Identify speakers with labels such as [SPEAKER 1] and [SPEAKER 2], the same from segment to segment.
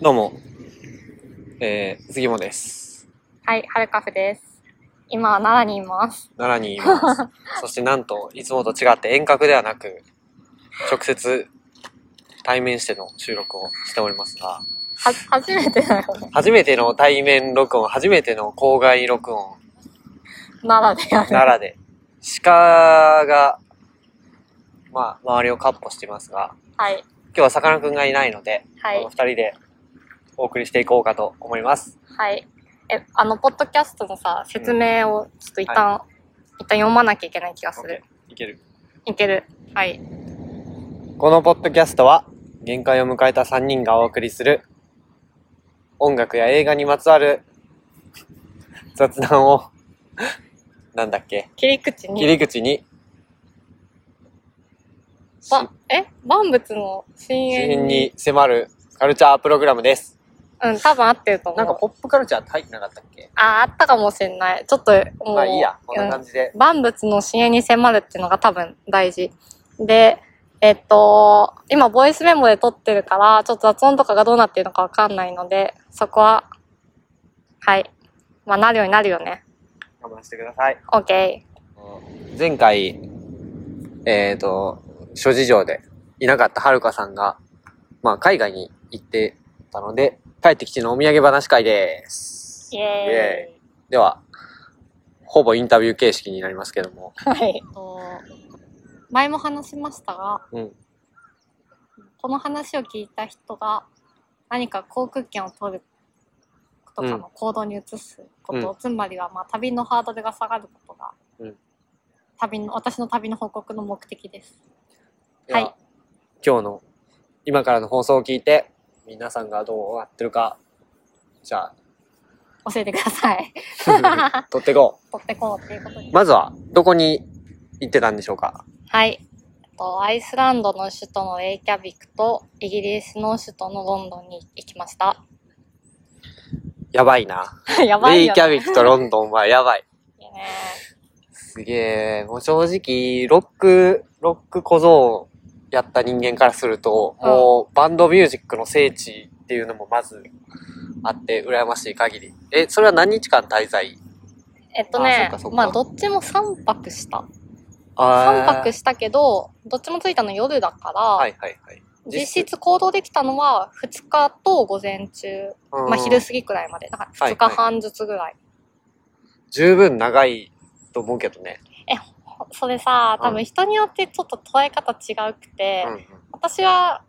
[SPEAKER 1] どうも、えー、杉本です。
[SPEAKER 2] はい、はるかふです。今は奈良にいます。
[SPEAKER 1] 奈良にい ます。そしてなんと、いつもと違って遠隔ではなく、直接対面しての収録をしておりますが、
[SPEAKER 2] は、初めてだよね。
[SPEAKER 1] 初めての対面録音、初めての公害録音、
[SPEAKER 2] 奈良でやる。
[SPEAKER 1] 奈良で、鹿が、まあ、周りをカッポしていますが、
[SPEAKER 2] はい、
[SPEAKER 1] 今日はさかなクンがいないので、
[SPEAKER 2] は
[SPEAKER 1] こ
[SPEAKER 2] い
[SPEAKER 1] の、二人でお送りしていこうかと思います。
[SPEAKER 2] はい。え、あの、ポッドキャストのさ、説明をちょっと一旦、一旦読まなきゃいけない気がする。
[SPEAKER 1] いける。
[SPEAKER 2] いける。はい。
[SPEAKER 1] このポッドキャストは限界を迎えた3人がお送りする音楽や映画にまつわる雑談をなんだっけ
[SPEAKER 2] 切り口に。
[SPEAKER 1] 切り口に
[SPEAKER 2] ばえ万物の深淵
[SPEAKER 1] 自
[SPEAKER 2] に。
[SPEAKER 1] 分に迫るカルチャープログラムです
[SPEAKER 2] うん、多分合ってると思う。
[SPEAKER 1] なんかポップカルチャー入ってなかったっけ
[SPEAKER 2] あ、あったかもしれない。ちょっと、もう。
[SPEAKER 1] まあいいやこん
[SPEAKER 2] う
[SPEAKER 1] なん感じで
[SPEAKER 2] 万物の深淵に迫るっていうのが多分大事。で、えっと、今ボイスメモで撮ってるから、ちょっと雑音とかがどうなってるのかわかんないので、そこは、はい。まあ、なるようになるよね。
[SPEAKER 1] 我慢してください
[SPEAKER 2] OK。
[SPEAKER 1] 前回えっ、と諸事情でいなかったはるかさんがまあ海外に行ってたので帰ってきてのお土産話会です
[SPEAKER 2] イ
[SPEAKER 1] イ
[SPEAKER 2] エ
[SPEAKER 1] エでは、ほぼインタビュー形式になりますけども。
[SPEAKER 2] ーイ。はい。前も話しましたが、
[SPEAKER 1] うん。
[SPEAKER 2] この話を聞いた人が何か航空券を取るとか
[SPEAKER 1] うん
[SPEAKER 2] の行動に移すこと、
[SPEAKER 1] う
[SPEAKER 2] つまりはまあ旅のハードルが下がることが、
[SPEAKER 1] うん
[SPEAKER 2] 旅の私の旅の報告の目的です。
[SPEAKER 1] では
[SPEAKER 2] はい
[SPEAKER 1] 今日の、今からの放送を聞いて、皆さんがどうなってるか、じゃ
[SPEAKER 2] 教えてください。
[SPEAKER 1] あ、取っていこ
[SPEAKER 2] 取ってこうっていうこと
[SPEAKER 1] う。
[SPEAKER 2] に。
[SPEAKER 1] まずは、どこに行ってたんでしょうか
[SPEAKER 2] はい。えっとアイスランドの首都のレイキャビクとイギリスの首都のロンドンに行きました。
[SPEAKER 1] やばいな。
[SPEAKER 2] やば
[SPEAKER 1] レ
[SPEAKER 2] い
[SPEAKER 1] イ
[SPEAKER 2] よ
[SPEAKER 1] キ
[SPEAKER 2] ね。
[SPEAKER 1] ャビクとロンドンはやばい。
[SPEAKER 2] いいね
[SPEAKER 1] すげえ、もう正直、ロック、ロック小僧やった人間からすると、
[SPEAKER 2] うん
[SPEAKER 1] もうバンドミュージックの聖地っていうのもまずあって、羨ましい限り。え、それは何日間滞在
[SPEAKER 2] えっと
[SPEAKER 1] あそ
[SPEAKER 2] ね
[SPEAKER 1] っかそっか
[SPEAKER 2] まあどっちも3泊した。3
[SPEAKER 1] あー
[SPEAKER 2] 泊したけど、どっちも着いたの夜だから、
[SPEAKER 1] はいはいはい。
[SPEAKER 2] 実質行動できたのは2日と午前中、まあ昼過ぎくらいまで、だから2日半ずつぐらい。
[SPEAKER 1] 十分長いと思うけどね。
[SPEAKER 2] それさ、
[SPEAKER 1] うん
[SPEAKER 2] 多分人によってちょっと捉え方違うくて、
[SPEAKER 1] うんうん
[SPEAKER 2] 私は、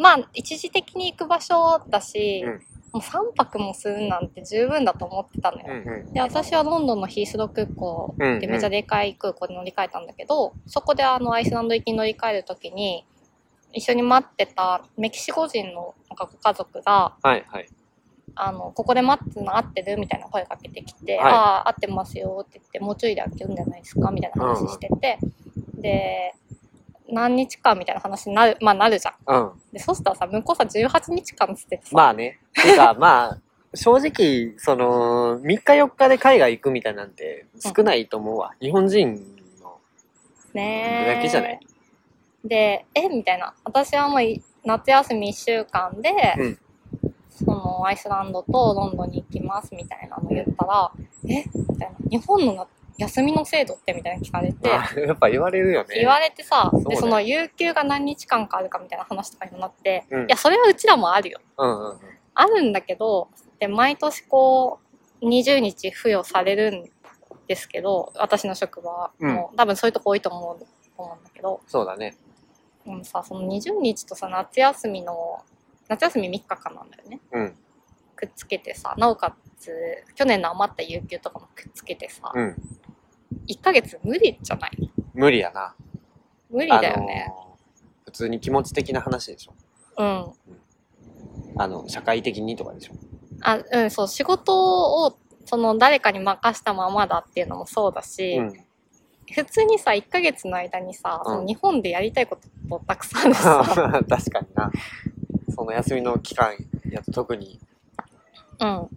[SPEAKER 2] まあ一時的に行く場所だし、
[SPEAKER 1] うん
[SPEAKER 2] もう3泊もするなんて十分だと思ってたのよ。
[SPEAKER 1] うんうん
[SPEAKER 2] で、私はロンドンのヒースロー空港
[SPEAKER 1] うんうん
[SPEAKER 2] でめちゃでかい空港で乗り換えたんだけど、そこであのアイスランド行きに乗り換えるときに、一緒に待ってたメキシコ人のなんかご家族が、
[SPEAKER 1] はいはい。
[SPEAKER 2] あの、ここで待ってるの合ってるみたいな声かけてきて、
[SPEAKER 1] はい
[SPEAKER 2] ああ、合ってますよって言って、もうちょいで開けるんじゃないですかみたいな話してて、で、何日間みたいな話になる、まあなるじゃん。
[SPEAKER 1] うん。
[SPEAKER 2] で、そしたらさ、向こうさ、18日間っつっててさ、
[SPEAKER 1] まあね。てか、 まあ、正直、その、3日4日で海外行くみたいなんて少ないと思うわ。日本人の
[SPEAKER 2] ねえ
[SPEAKER 1] だけじゃない
[SPEAKER 2] で、えみたいな。私はもうい夏休み1週間で、
[SPEAKER 1] うん
[SPEAKER 2] そのアイスランドとロンドンに行きますみたいなの言ったら、えみたいな。日本のな休みの制度ってみたいな聞かれて、
[SPEAKER 1] あやっぱ言われるよね。
[SPEAKER 2] 言われてさ、
[SPEAKER 1] そうだ
[SPEAKER 2] で、
[SPEAKER 1] よ
[SPEAKER 2] その有給が何日間かあるかみたいな話とかにもなって、
[SPEAKER 1] うん
[SPEAKER 2] いや、それはうちらもあるよ。
[SPEAKER 1] うんうんうん。
[SPEAKER 2] あるんだけど、で、毎年こう、20日付与されるんですけど、私の職場はもう、多分そういうとこ多いと思う思うんだけど、
[SPEAKER 1] そうだね。
[SPEAKER 2] でもさ、その20日とさ、夏休みの、夏休み3日間なんだよね。
[SPEAKER 1] うん。
[SPEAKER 2] くっつけてさ、なおかつ、去年の余った有給とかもくっつけてさ、
[SPEAKER 1] うん。
[SPEAKER 2] 1ヶ月無理じゃない
[SPEAKER 1] 無理やな。
[SPEAKER 2] 無理
[SPEAKER 1] 無
[SPEAKER 2] だよね。。
[SPEAKER 1] 普通に気持ち的な話でしょ。
[SPEAKER 2] うん。
[SPEAKER 1] あの、社会的にとかでしょ。
[SPEAKER 2] あ、うん、そう、仕事を、その、誰かに任したままだっていうのもそうだし、
[SPEAKER 1] うん。
[SPEAKER 2] 普通にさ、1ヶ月の間にさ、
[SPEAKER 1] うん
[SPEAKER 2] その日本でやりたいことたくさんあるしさ、
[SPEAKER 1] 確かにな。その休みの期間やと特に。
[SPEAKER 2] うん。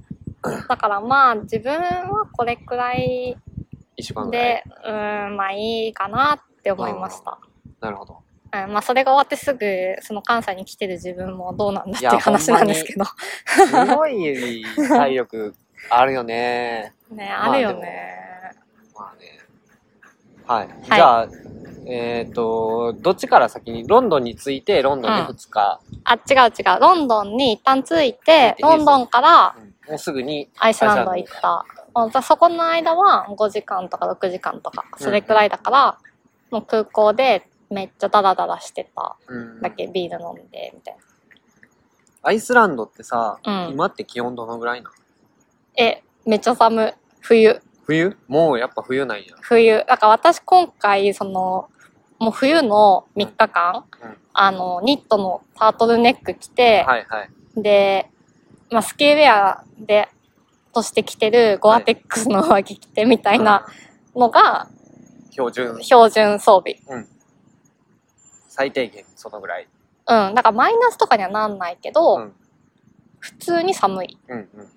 [SPEAKER 2] だからまあ、自分はこれくらい
[SPEAKER 1] 一週間ぐらい
[SPEAKER 2] で、うん、まあいいかなって思いました。
[SPEAKER 1] なるほど
[SPEAKER 2] うんまあ、それが終わってすぐ、その関西に来てる自分もどうなんだってい
[SPEAKER 1] いうや
[SPEAKER 2] 話なんですけど。
[SPEAKER 1] すごい体力あるよね。
[SPEAKER 2] ね、
[SPEAKER 1] まあ
[SPEAKER 2] あるよね。
[SPEAKER 1] まあね。はい。じゃあ、えっ、と、どっちから先に、ロンドンに着いて、ロンドンで2日、
[SPEAKER 2] あ、違う違う。ロンドンに一旦着
[SPEAKER 1] いい
[SPEAKER 2] いて、
[SPEAKER 1] です
[SPEAKER 2] ロンドンから
[SPEAKER 1] うんもうすぐに、
[SPEAKER 2] アイスランド行った。もうじゃあそこの間は5時間とか6時間とか、それくらいだから、もう空港でめっちゃダラダラしてた
[SPEAKER 1] うん
[SPEAKER 2] だけ、ビール飲んで、みたい
[SPEAKER 1] アイスランドってさ、
[SPEAKER 2] な。うん。
[SPEAKER 1] 今って気温どのぐらいなの
[SPEAKER 2] え、めっちゃ寒い。冬。
[SPEAKER 1] 冬もうやっぱ冬なんや。
[SPEAKER 2] 冬。だから私今回、その、もう冬の3日間、
[SPEAKER 1] うんうん
[SPEAKER 2] あの、ニットのタートルネック着て、
[SPEAKER 1] はいはい。
[SPEAKER 2] で、まあ、スキーウェアで、として着てるゴアテックスの上着着てみたいなのが
[SPEAKER 1] うん。標準、
[SPEAKER 2] 標準装備。
[SPEAKER 1] 最低限そのぐらい。
[SPEAKER 2] うん。だからマイナスとかにはなんないけど、
[SPEAKER 1] うん
[SPEAKER 2] 普通に寒い。
[SPEAKER 1] うんうんうん。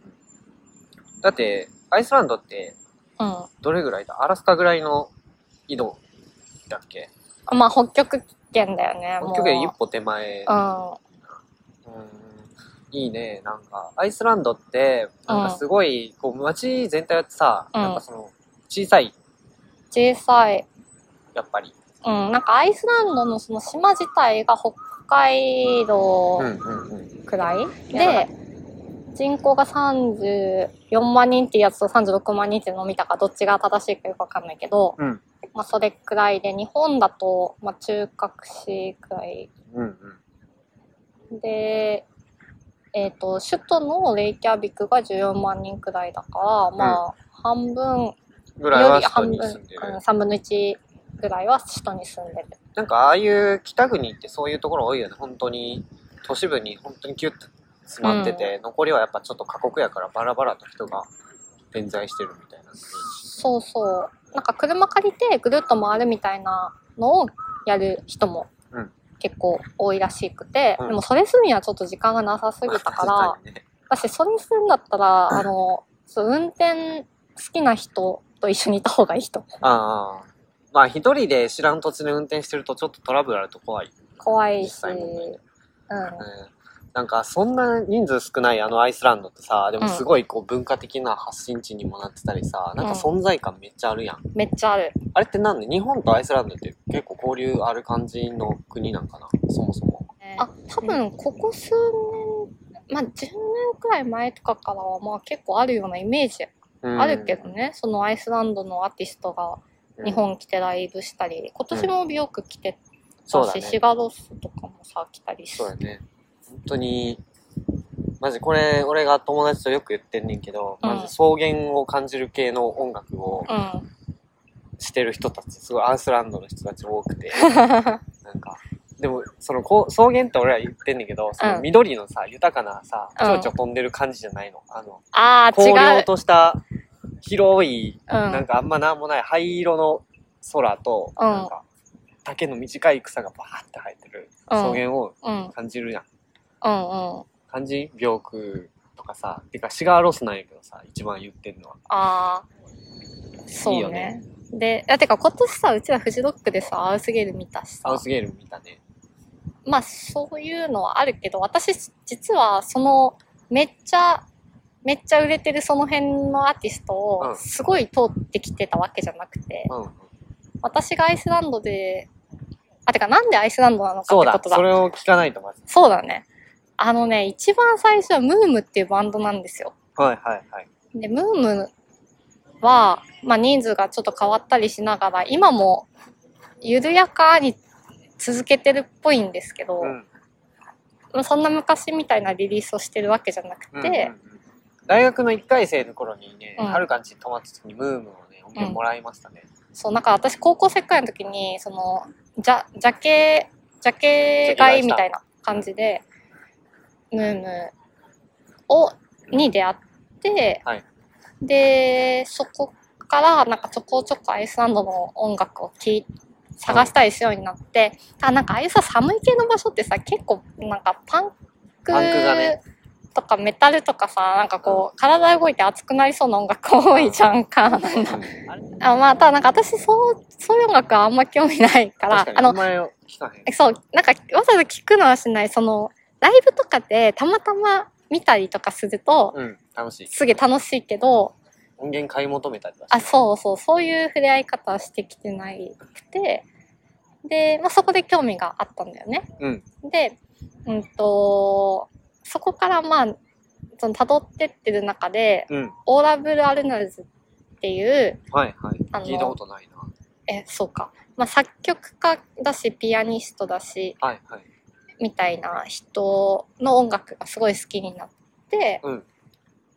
[SPEAKER 1] だって、アイスランドって、
[SPEAKER 2] うん。
[SPEAKER 1] どれぐらいだアラスカぐらいの緯度だっけ
[SPEAKER 2] まあ、北極圏だよね。もう
[SPEAKER 1] 北極圏一歩手前。
[SPEAKER 2] う
[SPEAKER 1] うんいいね。なんか、アイスランドって、なんかすごい、こう、街全体ってさ、
[SPEAKER 2] うん
[SPEAKER 1] なんかその、小さい、
[SPEAKER 2] ん。小さい。
[SPEAKER 1] やっぱり。
[SPEAKER 2] うん。なんかアイスランドのその島自体が北海道
[SPEAKER 1] うんうんうん。
[SPEAKER 2] くらい、で、人口が34万人ってやつと36万人ってのを見たかどっちが正しいかよくわかんないけど、
[SPEAKER 1] うん
[SPEAKER 2] まあそれくらいで、日本だと、まあ中核市くらい
[SPEAKER 1] うんうん。
[SPEAKER 2] で、えっ、と、首都のレイキャビクが14万人くらいだから、まあ、半分よ
[SPEAKER 1] ぐ
[SPEAKER 2] り
[SPEAKER 1] らいは人
[SPEAKER 2] 半
[SPEAKER 1] に
[SPEAKER 2] 分、
[SPEAKER 1] 住んでる
[SPEAKER 2] うん、。3分の1ぐらいは首都に住んでる。
[SPEAKER 1] なんか、ああいう北国ってそういうところ多いよね。本当に、都市部に本当にキュッと詰まってて、残りはやっぱちょっと過酷やからバラバラと人が点在してるみたいな。
[SPEAKER 2] そうそう。なんか車借りてぐるっと回るみたいなのをやる人も
[SPEAKER 1] うん
[SPEAKER 2] 結構多いらしくて、
[SPEAKER 1] うん
[SPEAKER 2] でもそれするにはちょっと時間がなさすぎたから、
[SPEAKER 1] まあ確にね
[SPEAKER 2] 私それするんだったら、あの、そう運転好きな人と一緒にいた方がいいと思う
[SPEAKER 1] ああ。まあ、一人で知らん土地で運転してるとちょっとトラブルあると怖い。
[SPEAKER 2] 怖い
[SPEAKER 1] 実
[SPEAKER 2] し、う
[SPEAKER 1] 際問題
[SPEAKER 2] ん。
[SPEAKER 1] ねなんかそんな人数少ないあのアイスランドってさでもすごいこう文化的な発信地にもなってたりさ、なんか存在感めっちゃあるやん
[SPEAKER 2] めっちゃある。
[SPEAKER 1] あれってなんで日本とアイスランドって結構交流ある感じの国なんかなそもそも
[SPEAKER 2] あ、多分ここ数年、まあ10年くらい前とかからはまあ結構あるようなイメージあるけどね、そのアイスランドのアーティストが
[SPEAKER 1] うん
[SPEAKER 2] 日本来てライブしたり、今年も美容区来て
[SPEAKER 1] そ
[SPEAKER 2] た
[SPEAKER 1] うだ
[SPEAKER 2] し、
[SPEAKER 1] ね
[SPEAKER 2] シガロスとかもさ、来たりし
[SPEAKER 1] そうだね本当にマジこれ俺が友達とよく言ってんねんけど、
[SPEAKER 2] うん
[SPEAKER 1] マジ草原を感じる系の音楽を
[SPEAKER 2] うん。
[SPEAKER 1] してる人たちすごいアイスランドの人たち多く てなんか、でも、その、こう草原って俺ら言ってんだけど、その緑のさ、豊かなさ、ち
[SPEAKER 2] うん
[SPEAKER 1] ょちょ飛んでる感じじゃないの。あの、
[SPEAKER 2] ああ、違
[SPEAKER 1] 荒涼
[SPEAKER 2] う。
[SPEAKER 1] とした、広い、
[SPEAKER 2] うん
[SPEAKER 1] なんかあんまなんもない灰色の空と、
[SPEAKER 2] うん
[SPEAKER 1] なんか、竹の短い草がバーって生えてる
[SPEAKER 2] うん
[SPEAKER 1] 草原を
[SPEAKER 2] うん、うん、
[SPEAKER 1] 感じるやん。
[SPEAKER 2] うん。
[SPEAKER 1] 感じ病空とかさ、てかシガーロスなんやけどさ、一番言ってんのは。
[SPEAKER 2] ああ、そう
[SPEAKER 1] い
[SPEAKER 2] ね。
[SPEAKER 1] いよね
[SPEAKER 2] で、あ、てか今年さ、うちらフジロックでさ、アウスゲル見たし
[SPEAKER 1] ア
[SPEAKER 2] さ
[SPEAKER 1] ウ、スゲール見たね。
[SPEAKER 2] まあそういうのはあるけど、私実はその、めっちゃ、めっちゃ売れてるその辺のアーティスト
[SPEAKER 1] う
[SPEAKER 2] を
[SPEAKER 1] ん
[SPEAKER 2] すごい通ってきてたわけじゃなくて、
[SPEAKER 1] うんうん。
[SPEAKER 2] 私がアイスランドで、あ、てかなんでアイスランドなのか
[SPEAKER 1] そ
[SPEAKER 2] っ
[SPEAKER 1] う
[SPEAKER 2] てこ
[SPEAKER 1] だ、
[SPEAKER 2] とだ。
[SPEAKER 1] それを聞かないとまず。
[SPEAKER 2] そうだね。あのね、一番最初はムームっていうバンドなんですよ。
[SPEAKER 1] はいはいはい。
[SPEAKER 2] で、ムームは、まあ人数がちょっと変わったりしながら、今も緩やかに続けてるっぽいんですけど、
[SPEAKER 1] うん。
[SPEAKER 2] まあそんな昔みたいなリリースをしてるわけじゃなく
[SPEAKER 1] う
[SPEAKER 2] て、
[SPEAKER 1] んうんうん大学の1回生の頃にね、
[SPEAKER 2] うん
[SPEAKER 1] はるかんちに泊まった時にムームをね、音源もらいましたね。
[SPEAKER 2] そう、なんか私高校生くらいの時に、その、じゃ、ジャケ、ジャケ買いみたいな感じで、ムームを、に出会って、
[SPEAKER 1] はい
[SPEAKER 2] で、そこからなんかちょこちょこアイスランドの音楽を聴い探したりするようになって、あ、なんかああいうさ、寒い系の場所ってさ、結構なんかパンク
[SPEAKER 1] パンクがね
[SPEAKER 2] とかメタルとかさ、なんかこう、体動いて熱くなりそうな音楽多いじゃんか。
[SPEAKER 1] うんあれ
[SPEAKER 2] あまあ、ただなんか私、そう、そういう音楽はあんま興味ないから、
[SPEAKER 1] 確かに、
[SPEAKER 2] あ
[SPEAKER 1] あの、
[SPEAKER 2] の、
[SPEAKER 1] 前を聞かへん
[SPEAKER 2] えそう、なんかわざわざ聞くのはしない、その、ライブとかでたまたま見たりとかすると、
[SPEAKER 1] うん楽しい
[SPEAKER 2] すげえ楽しいけど、
[SPEAKER 1] 音源買い求めたりだし
[SPEAKER 2] あ、そうそう、そういう触れ合い方はしてきてないくて、で、まあ、そこで興味があったんだよね。
[SPEAKER 1] うん
[SPEAKER 2] で、うんと、そこからまあ、その辿ってってる中で、
[SPEAKER 1] うん
[SPEAKER 2] オーラブル・アルナルズっていう、
[SPEAKER 1] はいはい
[SPEAKER 2] あの
[SPEAKER 1] 聞いたことないな
[SPEAKER 2] え、そうか、まあ、作曲家だし、ピアニストだし、
[SPEAKER 1] はいはい
[SPEAKER 2] みたいな人の音楽がすごい好きになって、
[SPEAKER 1] うん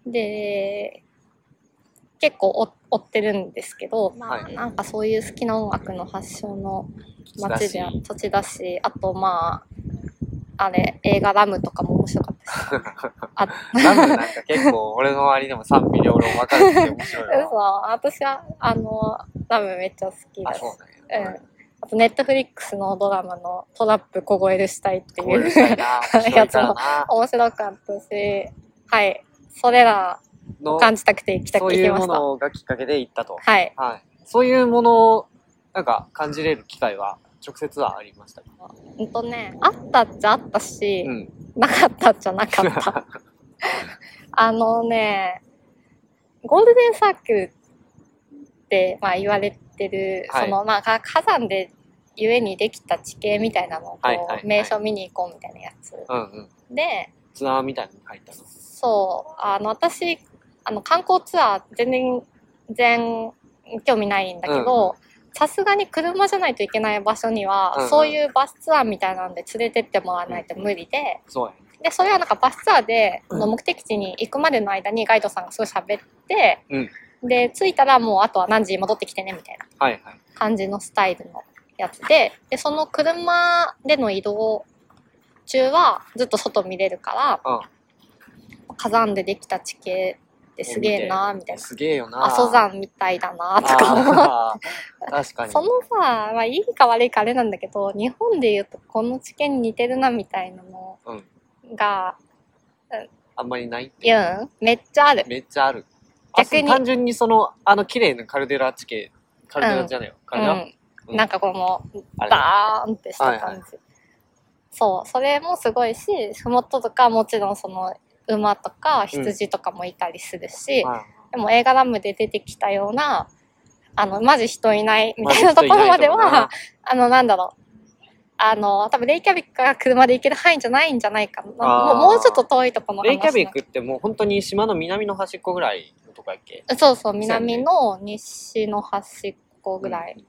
[SPEAKER 2] で結構追追ってるんですけど、まあ
[SPEAKER 1] はい
[SPEAKER 2] なんかそういう好きな音楽の発祥の街で
[SPEAKER 1] だし
[SPEAKER 2] 土地だしあとまああれ映画「ラム」とかも面白かったし あ
[SPEAKER 1] ラムなんか結構俺の周りでも賛否両論分かれてて面白い
[SPEAKER 2] 嘘
[SPEAKER 1] わ。
[SPEAKER 2] 私はあのラムめっちゃ好き
[SPEAKER 1] あ、
[SPEAKER 2] だし
[SPEAKER 1] そう
[SPEAKER 2] う
[SPEAKER 1] なんや。
[SPEAKER 2] んあとネットフリックスのドラマの「トラップ凍えるしたい」って
[SPEAKER 1] こう
[SPEAKER 2] い
[SPEAKER 1] いう
[SPEAKER 2] う
[SPEAKER 1] したいな。面白いからな。
[SPEAKER 2] 面白かったし、はい。それら
[SPEAKER 1] の
[SPEAKER 2] 感じたくて来た、
[SPEAKER 1] そう
[SPEAKER 2] 来
[SPEAKER 1] い
[SPEAKER 2] て
[SPEAKER 1] う
[SPEAKER 2] ま
[SPEAKER 1] も
[SPEAKER 2] した。
[SPEAKER 1] のがきっかけで行ったと。
[SPEAKER 2] はい。
[SPEAKER 1] はい。そういうものを、なんか感じれる機会は、直接はありましたか
[SPEAKER 2] うんとね、あったっちゃあったし、
[SPEAKER 1] うん。
[SPEAKER 2] なかったっちゃなか った。あのね、ゴールデンサークルって、まあ、言われてる、
[SPEAKER 1] はい
[SPEAKER 2] その、まあ、か火山で、ゆえにできた地形みたいなのをこう、
[SPEAKER 1] はいはいはい
[SPEAKER 2] 名所見に行こうみたいなやつ。
[SPEAKER 1] うんうん。
[SPEAKER 2] で、
[SPEAKER 1] ツアーみたいに入ったの。
[SPEAKER 2] そう、あの、私、あの、観光ツアー全然、全然興味ないんだけど、さすがに車じゃないといけない場所には、
[SPEAKER 1] うんうん
[SPEAKER 2] そういうバスツアーみたいなんで連れてってもらわないと無理で、
[SPEAKER 1] そうやね。
[SPEAKER 2] で、それはなんかバスツアーで、
[SPEAKER 1] うん
[SPEAKER 2] あの目的地に行くまでの間にガイドさんがすごい喋って、
[SPEAKER 1] うん
[SPEAKER 2] で、着いたらもうあとは何時に戻ってきてね、みたいな
[SPEAKER 1] はいはい。
[SPEAKER 2] 感じのスタイルのやつで、で、その車での移動中はずっと外見れるから、火山でできた地形ってすげえなみた
[SPEAKER 1] う
[SPEAKER 2] い
[SPEAKER 1] ん。
[SPEAKER 2] な
[SPEAKER 1] すげえよな。
[SPEAKER 2] 阿蘇山みたいだなとか思う
[SPEAKER 1] あ ー。確かに。
[SPEAKER 2] そのさ、まあ、いいか悪いかあれなんだけど日本でいうとこの地形に似てるなみたいなの
[SPEAKER 1] うん。
[SPEAKER 2] が
[SPEAKER 1] あんまりないって
[SPEAKER 2] いやうんめっちゃある
[SPEAKER 1] めっちゃある。
[SPEAKER 2] 逆に
[SPEAKER 1] あそう単純にその、あの綺麗なカルデラ地形、カルデラじゃないよ。カ
[SPEAKER 2] う
[SPEAKER 1] ルデラ、
[SPEAKER 2] ん、
[SPEAKER 1] うん
[SPEAKER 2] なんかこの
[SPEAKER 1] あれ
[SPEAKER 2] バーンってした感じ、
[SPEAKER 1] はいは
[SPEAKER 2] そうそれもすごいし麓とかもちろんその馬とか羊とかもいたりするし、
[SPEAKER 1] はい
[SPEAKER 2] でも映画ラムで出てきたような、あの、マジ人いないみたいなところまで
[SPEAKER 1] マジ人いない
[SPEAKER 2] は、あの、なんだろう。あの、多分レイキャビックが車で行ける範囲じゃないんじゃないかな。も
[SPEAKER 1] あー
[SPEAKER 2] うもうちょっと遠いところの話
[SPEAKER 1] レイキャビックってもう本当に島の南の端っこぐらいのとこやっけ
[SPEAKER 2] そうそう、南の西の端っこぐらい。、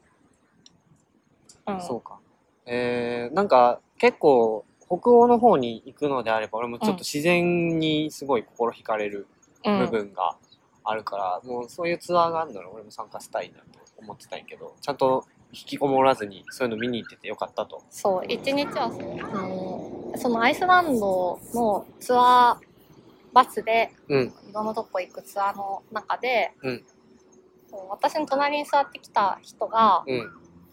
[SPEAKER 2] うん。
[SPEAKER 1] うんそうかえー、なんか結構北欧の方に行くのであれば俺もちょっと自然にすごい心惹かれる
[SPEAKER 2] うん
[SPEAKER 1] 部分があるから、もうそういうツアーがあるなら俺も参加したいなと思ってたんやけどちゃんと引きこもらずにそういうの見に行っててよかったと
[SPEAKER 2] そう、一日はその、そのアイスランドのツアーバスで、
[SPEAKER 1] うん
[SPEAKER 2] いろんなとこ行くツアーの中で、
[SPEAKER 1] うん
[SPEAKER 2] そう私の隣に座ってきた人が、
[SPEAKER 1] うん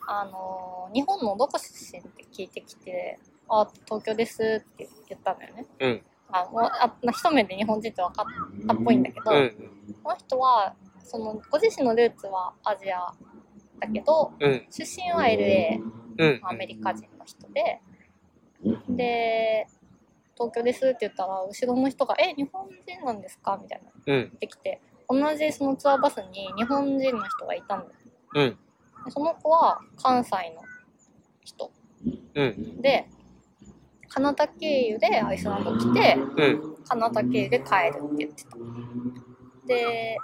[SPEAKER 2] あのー日本のどこ出身って聞いてきて「あ東京です」って言ったんだよね。
[SPEAKER 1] うん
[SPEAKER 2] あもうあ一目で日本人って分かったっぽいんだけど、
[SPEAKER 1] うん
[SPEAKER 2] この人はそのご自身のルーツはアジアだけど
[SPEAKER 1] うん
[SPEAKER 2] 出身は LA
[SPEAKER 1] うん
[SPEAKER 2] のアメリカ人の人でで「東京です」って言ったら後ろの人が「え日本人なんですか?」みたいな
[SPEAKER 1] うん
[SPEAKER 2] ってきて同じそのツアーバスに日本人の人がいたんだよ
[SPEAKER 1] うん
[SPEAKER 2] でその子は関西の人
[SPEAKER 1] うん
[SPEAKER 2] でカナダ経由でアイスランド来て
[SPEAKER 1] うん
[SPEAKER 2] カナダ経由で帰るって言ってたで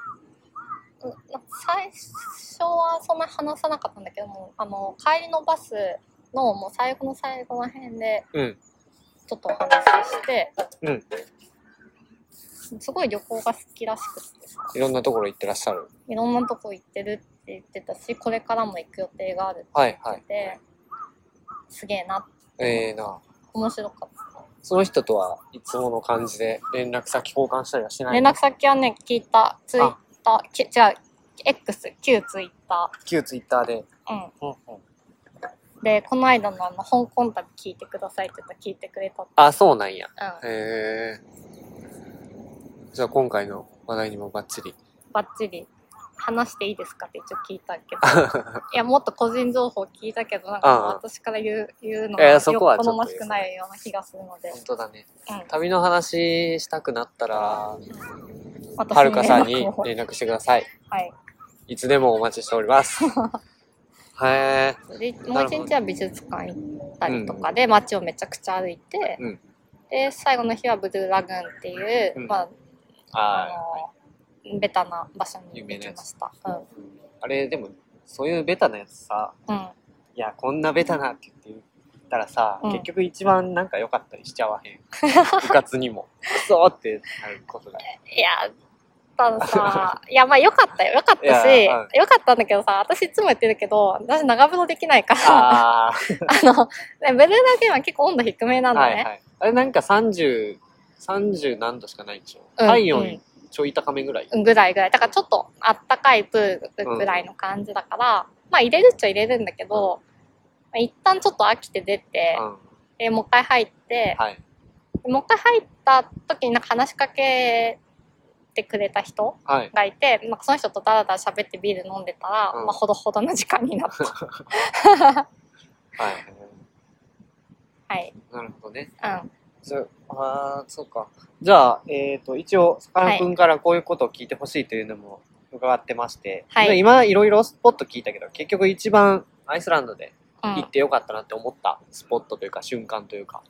[SPEAKER 2] うんま最初はそんな話さなかったんだけどもあの帰りのバスのもう最後の最後ら辺で
[SPEAKER 1] うん
[SPEAKER 2] ちょっとお話しして、
[SPEAKER 1] うん
[SPEAKER 2] すごい旅行が好きらしくってさ
[SPEAKER 1] いろんなところ行ってらっしゃる
[SPEAKER 2] いろんなとこ行ってるって言ってたしこれからも行く予定があるって
[SPEAKER 1] はいはい
[SPEAKER 2] 言ってすげえな
[SPEAKER 1] ええな
[SPEAKER 2] 面白かった。
[SPEAKER 1] その人とはいつもの感じで連絡先交換したりはしない
[SPEAKER 2] 連絡先はね、聞いた、ツイッター、き違う、X、旧ツイッタ
[SPEAKER 1] 旧ツイッターで。
[SPEAKER 2] ー。
[SPEAKER 1] うんうん、
[SPEAKER 2] うん。で、この間のあの、香港旅聞いてくださいって言ったら聞いてくれた。
[SPEAKER 1] あ、そうなんや。
[SPEAKER 2] うん。
[SPEAKER 1] へえ。じゃあ今回の話題にもバッチリ。
[SPEAKER 2] バッチリ。話していいですかって一応聞いたけど、 いや、もっと個人情報聞いたけど、なん
[SPEAKER 1] うんうん
[SPEAKER 2] か私から言う言う
[SPEAKER 1] い
[SPEAKER 2] のが
[SPEAKER 1] やそこは
[SPEAKER 2] よ
[SPEAKER 1] ちょっと
[SPEAKER 2] 好ましくないような気がするので、
[SPEAKER 1] 本当だね。
[SPEAKER 2] うん
[SPEAKER 1] 旅の話したくなったら、
[SPEAKER 2] 私
[SPEAKER 1] はるかさんに
[SPEAKER 2] 連絡を
[SPEAKER 1] 連絡してください。
[SPEAKER 2] はい。
[SPEAKER 1] いつでもお待ちしており ます。へえ。
[SPEAKER 2] でもう一日は美術館行ったりとかで、街をめちゃくちゃ歩いて、
[SPEAKER 1] うん
[SPEAKER 2] で、最後の日はブルーラグーンっていう、
[SPEAKER 1] うん
[SPEAKER 2] まあ、
[SPEAKER 1] あ
[SPEAKER 2] あの、ベタな場所に
[SPEAKER 1] 有名
[SPEAKER 2] 行
[SPEAKER 1] な
[SPEAKER 2] き
[SPEAKER 1] や
[SPEAKER 2] ま
[SPEAKER 1] つ
[SPEAKER 2] した。うん。
[SPEAKER 1] あれ、でも、そういうベタなやつさ、
[SPEAKER 2] うん。
[SPEAKER 1] いや、こんなベタなって言って言ったらさ、
[SPEAKER 2] うん
[SPEAKER 1] 結局一番なんか良かったりしちゃわへ ん。部活にも。くそーってなること が。
[SPEAKER 2] いや、た ださ、いや、まあよかったよ。よかっ
[SPEAKER 1] いや
[SPEAKER 2] たし、
[SPEAKER 1] う
[SPEAKER 2] よかったんだけどさ、私いつも言ってるけど、私長風呂できないから、あ
[SPEAKER 1] あ
[SPEAKER 2] の、ね、ベルーラグーンは結構温度低めな
[SPEAKER 1] あ、
[SPEAKER 2] んだ
[SPEAKER 1] は
[SPEAKER 2] ね。
[SPEAKER 1] いはい。あれなんか30、30何度しかないでしょ。
[SPEAKER 2] うん
[SPEAKER 1] 体温ちょい高めぐらい。
[SPEAKER 2] ぐらいぐらい。だからちょっとあったかいプールぐらいの感じだから、まあ入れるっちゃ入れるんだけど、まあ一旦ちょっと飽きて出て
[SPEAKER 1] う、ん。
[SPEAKER 2] でもう一回入って、
[SPEAKER 1] はい。
[SPEAKER 2] もう一回入った時になんか話しかけてくれた人
[SPEAKER 1] はい。
[SPEAKER 2] がいて、まあ、その人とダラダラ喋ってビール飲んでたら、
[SPEAKER 1] うん
[SPEAKER 2] まあ、ほどほどの時間 になった。
[SPEAKER 1] はい。
[SPEAKER 2] はい。
[SPEAKER 1] なるほどね。
[SPEAKER 2] うん。
[SPEAKER 1] そう、ああ、そうか。じゃあ、えっ、と、一応、さかなクンからこういうことを聞いてほしいというのも伺ってまして、
[SPEAKER 2] はい
[SPEAKER 1] で今、いろいろスポット聞いたけど、結局一番アイスランドで
[SPEAKER 2] う
[SPEAKER 1] 行っ
[SPEAKER 2] ん。
[SPEAKER 1] てよかったなって思ったスポットというか、瞬間というか、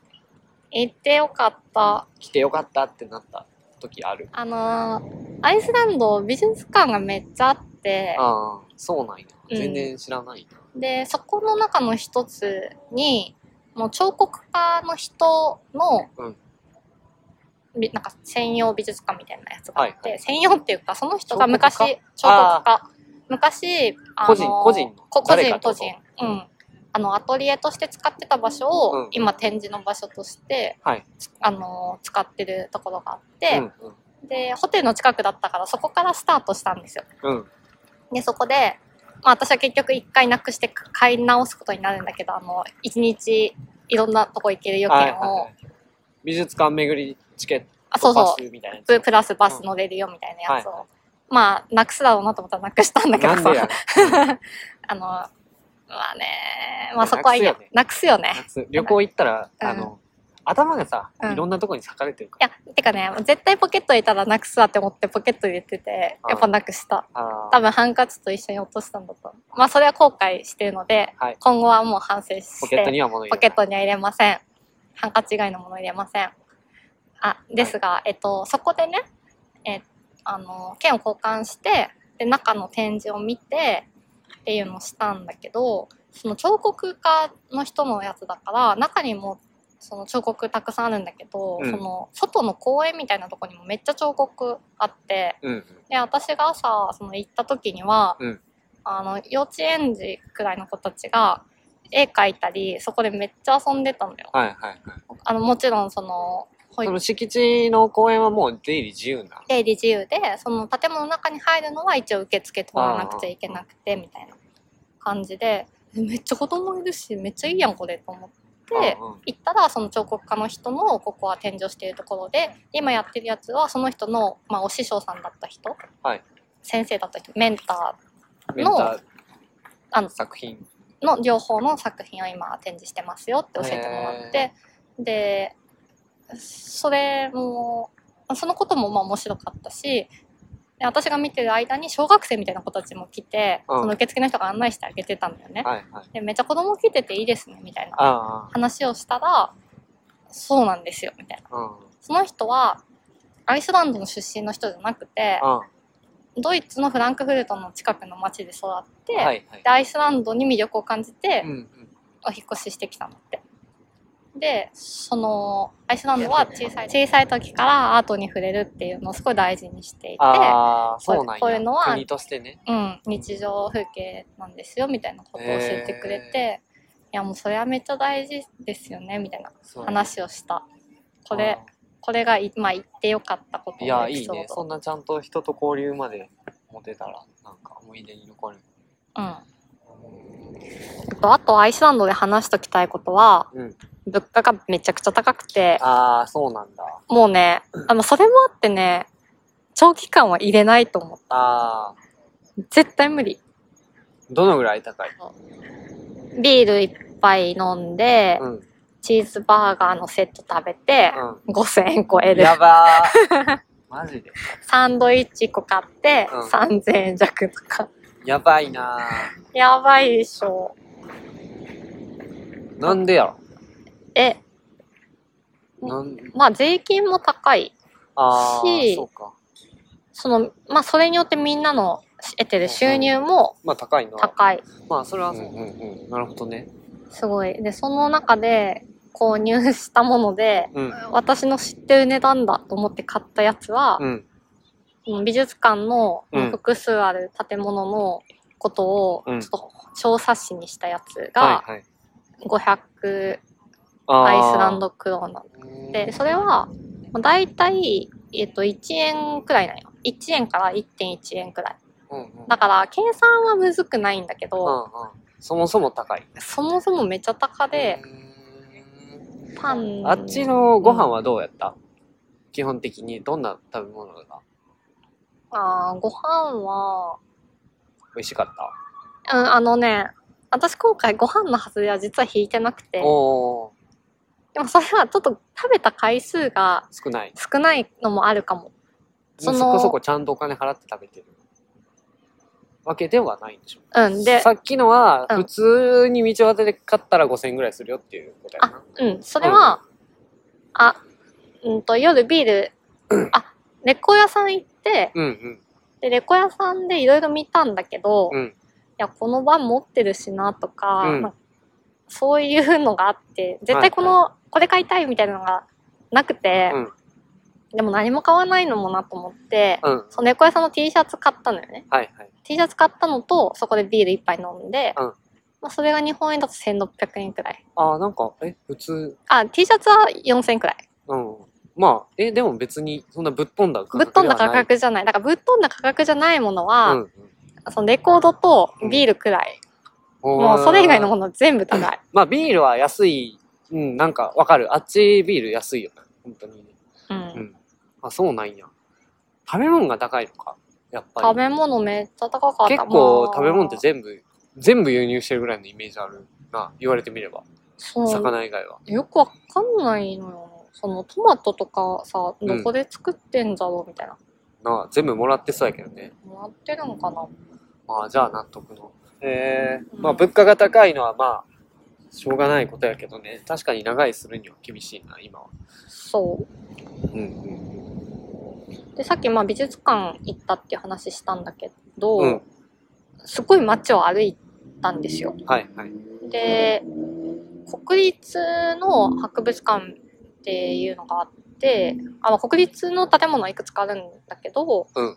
[SPEAKER 2] 行ってよかった。
[SPEAKER 1] 来てよかったってなった時ある。
[SPEAKER 2] あのーアイスランド美術館がめっちゃあって、
[SPEAKER 1] ああ、そうなんや。
[SPEAKER 2] うん
[SPEAKER 1] 全然知らないな。
[SPEAKER 2] で、そこの中の一つに、もう彫刻家の人の、
[SPEAKER 1] うん
[SPEAKER 2] びなんか専用美術館みたいなやつがあって、
[SPEAKER 1] はいはい
[SPEAKER 2] 専用っていうか、その人が昔、
[SPEAKER 1] 彫
[SPEAKER 2] 彫
[SPEAKER 1] 刻
[SPEAKER 2] 刻家、昔、あのー
[SPEAKER 1] 個人個人の
[SPEAKER 2] こ個
[SPEAKER 1] 誰か
[SPEAKER 2] 人、
[SPEAKER 1] ってこ
[SPEAKER 2] 個
[SPEAKER 1] と
[SPEAKER 2] 人。うん。あの、アトリエとして使ってた場所を、
[SPEAKER 1] うん
[SPEAKER 2] 今展示の場所として、
[SPEAKER 1] はい。
[SPEAKER 2] あのー使ってるところがあって、
[SPEAKER 1] うんうん。
[SPEAKER 2] で、ホテルの近くだったから、そこからスタートしたんですよ。
[SPEAKER 1] うん。
[SPEAKER 2] で、そこで、まあ私は結局一回なくして買い直すことになるんだけど、あの、一日いろんなとこ行ける予
[SPEAKER 1] はい
[SPEAKER 2] 券
[SPEAKER 1] はいは
[SPEAKER 2] を、
[SPEAKER 1] い。美術館巡りチケッ
[SPEAKER 2] あ、そ
[SPEAKER 1] ト
[SPEAKER 2] うそ
[SPEAKER 1] パスみたいなやつ。
[SPEAKER 2] う、プラスバス乗れるよみたいなやつを。
[SPEAKER 1] はいは
[SPEAKER 2] まあ、なくすだろうなと思ったらなくしたんだけど
[SPEAKER 1] なんでや
[SPEAKER 2] さ
[SPEAKER 1] ね、
[SPEAKER 2] あの、まあね、まあそこはいいや
[SPEAKER 1] なくすよね。
[SPEAKER 2] なくすよね。
[SPEAKER 1] 夏旅行行ったら、
[SPEAKER 2] うん
[SPEAKER 1] あの、頭がさ、
[SPEAKER 2] うん
[SPEAKER 1] いろんなとこに裂かれてるか
[SPEAKER 2] いや、てかね、絶対ポケット入れたらなくすわって思ってポケット入れてて、やっぱなくした。
[SPEAKER 1] ら。あ
[SPEAKER 2] 多分ハンカチと一緒に落としたんだと思う。まあそれは後悔してるので、
[SPEAKER 1] はい
[SPEAKER 2] 今後はもう反省して。
[SPEAKER 1] ポケットには物入れ
[SPEAKER 2] ポ
[SPEAKER 1] な
[SPEAKER 2] ケ
[SPEAKER 1] い
[SPEAKER 2] ットには入れません。ハンカチ以外のもの入れません。あ、ですが、えっと、そこでね、え、あの、券を交換して、で、中の展示を見て、っていうのをしたんだけど、その彫刻家の人のやつだから、中にも、その彫刻たくさんあるんだけど、
[SPEAKER 1] うん
[SPEAKER 2] その、外の公園みたいなとこにもめっちゃ彫刻あって、
[SPEAKER 1] うんうん。
[SPEAKER 2] で、私が朝、その行った時には、
[SPEAKER 1] うん
[SPEAKER 2] あの、幼稚園児くらいの子たちが、絵描いたり、そこでめっちゃ遊んでたのよ。
[SPEAKER 1] はいはいはい。
[SPEAKER 2] あの、もちろん、その、
[SPEAKER 1] そ
[SPEAKER 2] 保育
[SPEAKER 1] の敷地の公園はもう出入り自由な。
[SPEAKER 2] 出入り自由で、その建物の中に入るのは一応受付通らなくちゃいけなくて、みたいな感じで、えめっちゃ子供いるし、めっちゃいいやん、これ、と思って、
[SPEAKER 1] うんうん
[SPEAKER 2] 行ったらその彫刻家の人のここは展示をしているところで今やってるやつはその人の、まあ、お師匠さんだった人、
[SPEAKER 1] はい
[SPEAKER 2] 先生だった人メンタ
[SPEAKER 1] メンタ
[SPEAKER 2] あ
[SPEAKER 1] ー
[SPEAKER 2] の
[SPEAKER 1] 作品。
[SPEAKER 2] ーの両方の作品を今展示してますよって教えてもらってでそれもそのこともまあ面白かったしで私が見てる間に小学生みたいな子たちも来て、
[SPEAKER 1] うん
[SPEAKER 2] その受付の人が案内してあげてたんだよね。
[SPEAKER 1] はいはい。
[SPEAKER 2] でめっちゃ子供来てていいですねみたいな
[SPEAKER 1] あ
[SPEAKER 2] 話をしたらそうなんですよみたいな。
[SPEAKER 1] あ、うん。
[SPEAKER 2] その人は、アイスランドの出身の人じゃなくて、
[SPEAKER 1] あ
[SPEAKER 2] ドイツのフランクフルトの近くの町で育って、
[SPEAKER 1] はいはい。
[SPEAKER 2] で、アイスランドに魅力を感じて
[SPEAKER 1] うん、うん。
[SPEAKER 2] お引っ越ししてきたのって。で、その、アイスランドは小さい、小さい時からアートに触れるっていうのをすごい大事にしていて、
[SPEAKER 1] ああ、そうなんや。
[SPEAKER 2] こういうのは
[SPEAKER 1] 国としてね。
[SPEAKER 2] うん、日常風景なんですよ、みたいなことを教えてくれて、いや、もうそれはめっちゃ大事ですよね、みたいな
[SPEAKER 1] そう
[SPEAKER 2] 話をした。これ、。これがい、まあ、言ってよかったこと
[SPEAKER 1] い
[SPEAKER 2] の
[SPEAKER 1] や、
[SPEAKER 2] エ
[SPEAKER 1] い
[SPEAKER 2] ピ
[SPEAKER 1] い
[SPEAKER 2] ソード。
[SPEAKER 1] ね。そんなちゃんと人と交流まで持てたら、なんか思い出に残る。
[SPEAKER 2] うん。あと、アイスランドで話しときたいことは、
[SPEAKER 1] うん。
[SPEAKER 2] 物価がめちゃくちゃ高くて、
[SPEAKER 1] ああ、そうなんだ。
[SPEAKER 2] もうね、あの、それもあってね、長期間は入れないと思っ
[SPEAKER 1] ああ、
[SPEAKER 2] た。絶対無理。
[SPEAKER 1] どのぐらい高い
[SPEAKER 2] ビール一杯飲んで、
[SPEAKER 1] うん。
[SPEAKER 2] チーズバーガーのセット食べて、
[SPEAKER 1] う
[SPEAKER 2] 5000円超え
[SPEAKER 1] ん。
[SPEAKER 2] る。
[SPEAKER 1] やばー。マジで。
[SPEAKER 2] サンドイッチ1個買って、
[SPEAKER 1] うん
[SPEAKER 2] 3000円弱とか。
[SPEAKER 1] やばいな
[SPEAKER 2] やばいでしょ。
[SPEAKER 1] ー。なんでや
[SPEAKER 2] え、
[SPEAKER 1] ろなん
[SPEAKER 2] まあ税金も高い。
[SPEAKER 1] あー、
[SPEAKER 2] し
[SPEAKER 1] そうか。
[SPEAKER 2] その、まあそれによってみんなの得てる収入も
[SPEAKER 1] まあ高いな。
[SPEAKER 2] 高い。
[SPEAKER 1] まあそれはそう。
[SPEAKER 3] うんうん
[SPEAKER 1] なるほどね。
[SPEAKER 2] すごい。で、その中で購入したもので、
[SPEAKER 1] うん。
[SPEAKER 2] 私の知ってる値段だと思って買ったやつは
[SPEAKER 1] う、ん。
[SPEAKER 2] もう美術館の
[SPEAKER 1] うん
[SPEAKER 2] 複数ある建物のことを
[SPEAKER 1] うん
[SPEAKER 2] ちょっと小冊子にしたやつ
[SPEAKER 1] は
[SPEAKER 2] が
[SPEAKER 1] いはい。
[SPEAKER 2] 500
[SPEAKER 1] あー
[SPEAKER 2] アイスラン。ドクローな
[SPEAKER 1] うん
[SPEAKER 2] で、それはだいたい、えっと、1円くらいなんよ。1円から1.1円くらい。
[SPEAKER 1] うんうん。
[SPEAKER 2] だから計算はむずくないんだけ
[SPEAKER 1] うん
[SPEAKER 2] ど、
[SPEAKER 1] うん。そもそも高い。
[SPEAKER 2] そもそもめちゃ高で、
[SPEAKER 1] う
[SPEAKER 2] パン
[SPEAKER 1] ーん、あっちのご飯はどうやった、基本的にどんな食べ物が
[SPEAKER 2] あーご飯は、
[SPEAKER 1] 美味しかった
[SPEAKER 2] うん、あのね、私今回ご飯のはずれは実は引いてなくて、
[SPEAKER 1] おお
[SPEAKER 2] でもそれはちょっと食べた回数が
[SPEAKER 1] 少ない
[SPEAKER 2] 少ないのもあるかも。
[SPEAKER 1] そ
[SPEAKER 2] その
[SPEAKER 1] こそこちゃんとお金払って食べてるわけではないんでしょ
[SPEAKER 2] うん、で、
[SPEAKER 1] さっきのは
[SPEAKER 2] うん
[SPEAKER 1] 普通に道端で買ったら5000円ぐらいするよっていうことやな
[SPEAKER 2] うん、それは、あ、うんと、夜ビール、あ、レコ屋さん行って、
[SPEAKER 1] うんうん
[SPEAKER 2] で、レコ屋さんでいろいろ見たんだけど、
[SPEAKER 1] うん
[SPEAKER 2] いや、このバン持ってるしなとか、
[SPEAKER 1] うん
[SPEAKER 2] なんかそういうのがあって、絶対この、これ買いたいみたいなのがなくて、
[SPEAKER 1] うん
[SPEAKER 2] でも何も買わないのもなと思って、
[SPEAKER 1] うん
[SPEAKER 2] その猫屋さんの T シャツ買ったのよね。
[SPEAKER 1] はいはい
[SPEAKER 2] T シャツ買ったのと、そこでビール一杯飲んで、
[SPEAKER 1] うん
[SPEAKER 2] まあ、それが日本円だと1600円くらい。
[SPEAKER 1] ああなんかえ普通
[SPEAKER 2] あ、T シャツは4000円くらい。
[SPEAKER 1] うんまあえでも別にそんなぶっ飛んだ価
[SPEAKER 2] ぶっ
[SPEAKER 1] 格
[SPEAKER 2] 飛ん
[SPEAKER 1] では
[SPEAKER 2] だ
[SPEAKER 1] ない
[SPEAKER 2] 価格じゃない。だからぶっ飛んだ価格じゃないものは、
[SPEAKER 1] うんうん
[SPEAKER 2] そのレコードとビールくらい。
[SPEAKER 1] おー
[SPEAKER 2] もうそれ以外のもの全部高い。
[SPEAKER 1] まあビールは安いうんなんかわかるあっちビール安いよね本当に
[SPEAKER 2] うん
[SPEAKER 1] うんあそうなんや食べ物が高いのかやっぱり
[SPEAKER 2] 食べ物めっちゃ高かった。
[SPEAKER 1] 結構
[SPEAKER 2] まあ
[SPEAKER 1] 食べ物って全部全部輸入してるぐらいのイメージあるな言われてみれば
[SPEAKER 2] そう
[SPEAKER 1] 魚以外は
[SPEAKER 2] よくわかんないのよ。そのトマトとかさ、
[SPEAKER 1] ん
[SPEAKER 2] どこで作ってんだろうみたいな。
[SPEAKER 1] なあ全部もらってそうやけどね
[SPEAKER 2] もらってるのかな
[SPEAKER 1] まあじゃあ納得のえー
[SPEAKER 2] うん
[SPEAKER 1] まあ物価が高いのはまあしょうがないことやけどね確かに長いするには厳しいな今は
[SPEAKER 2] そ
[SPEAKER 1] う
[SPEAKER 2] う。
[SPEAKER 1] んうん
[SPEAKER 2] でさっきまあ美術館行ったっていう話したんだけど、
[SPEAKER 1] うん
[SPEAKER 2] すごい街を歩いたんですよ。
[SPEAKER 1] はいはい
[SPEAKER 2] で国立の博物館っていうのがあってあ、まあ、国立の建物はいくつかあるんだけど、
[SPEAKER 1] うん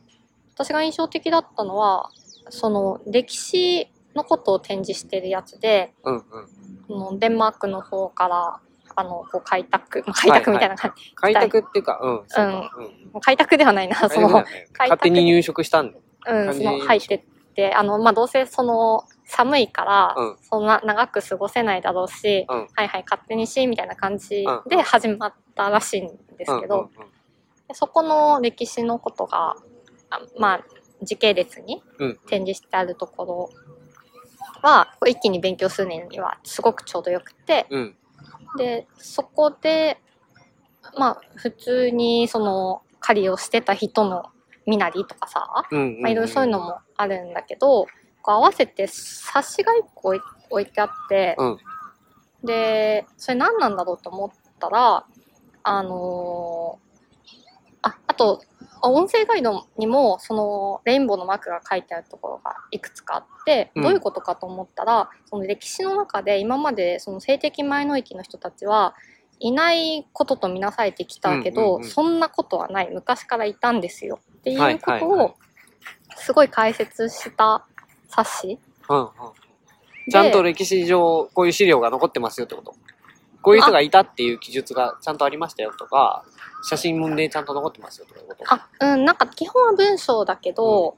[SPEAKER 2] 私が印象的だったのはその歴史のことを展示してるやつで
[SPEAKER 1] うんうん
[SPEAKER 2] あのデンマークの方からあのこう開拓まあ開拓みたいな感じ、
[SPEAKER 1] 開拓っていうかうんそうかうんうん
[SPEAKER 2] 開拓ではないな
[SPEAKER 1] あれ
[SPEAKER 2] そ
[SPEAKER 1] だよ
[SPEAKER 2] の
[SPEAKER 1] ね、
[SPEAKER 2] 開拓
[SPEAKER 1] 勝手に入植したんだ
[SPEAKER 2] うん、
[SPEAKER 1] 感
[SPEAKER 2] そ
[SPEAKER 1] じ
[SPEAKER 2] の入ってって、あの、まあ、どうせその、寒いから、
[SPEAKER 1] うん
[SPEAKER 2] そんな長く過ごせないだろうし、
[SPEAKER 1] うん
[SPEAKER 2] はいはい、勝手にし、みたいな感じ
[SPEAKER 1] うん
[SPEAKER 2] で始まったらしいんですけど、
[SPEAKER 1] うんうんうん
[SPEAKER 2] でそこの歴史のことが、あまあ、時系列に
[SPEAKER 1] うん
[SPEAKER 2] 展示してあるところは、こう一気に勉強するにはすごくちょうどよくて、
[SPEAKER 1] うん
[SPEAKER 2] で、そこで、まあ、普通にその、狩りをしてた人の身なりとかさ、
[SPEAKER 1] うんうん
[SPEAKER 2] まあ、いろいろそういうのもあるんだけど、こう合わせて冊子が1個置い置いてあって、
[SPEAKER 1] うん
[SPEAKER 2] でそれ何なんだろうと思ったらあのーああと音声ガイドにもそのレインボーのマークが書いてあるところがいくつかあって、
[SPEAKER 1] うん
[SPEAKER 2] どういうことかと思ったらその歴史の中で今までその性的マイノリティの人たちはいないこととみなされてきたけど、
[SPEAKER 1] うんうんうん
[SPEAKER 2] そんなことはない昔からいたんですよって
[SPEAKER 1] はいいう
[SPEAKER 2] こ
[SPEAKER 1] はい
[SPEAKER 2] と
[SPEAKER 1] はい
[SPEAKER 2] をすごい解説した冊子
[SPEAKER 1] うんうん
[SPEAKER 2] で
[SPEAKER 1] ちゃんと歴史上こういう資料が残ってますよってことこういう人がいたっていう記述がちゃんとありましたよとか写真もねちゃんと残ってますよとかいうこと
[SPEAKER 2] あうんなんか基本は文章だけど、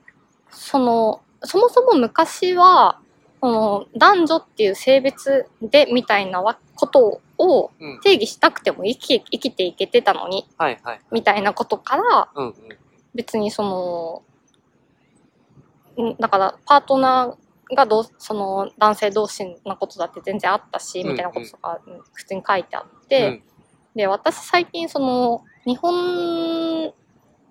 [SPEAKER 2] そのそもそも昔はこの男女っていう性別でみたいなわことを
[SPEAKER 1] うん
[SPEAKER 2] 定義しなくても生き生きていけてたのに
[SPEAKER 1] はいはい
[SPEAKER 2] みたいなことから
[SPEAKER 1] うんうん
[SPEAKER 2] 別にそのうんだからパートナーがどうその男性同士のことだって全然あったし、みたいなこととかうん普通に書いてあって、
[SPEAKER 1] うん
[SPEAKER 2] で私最近その日本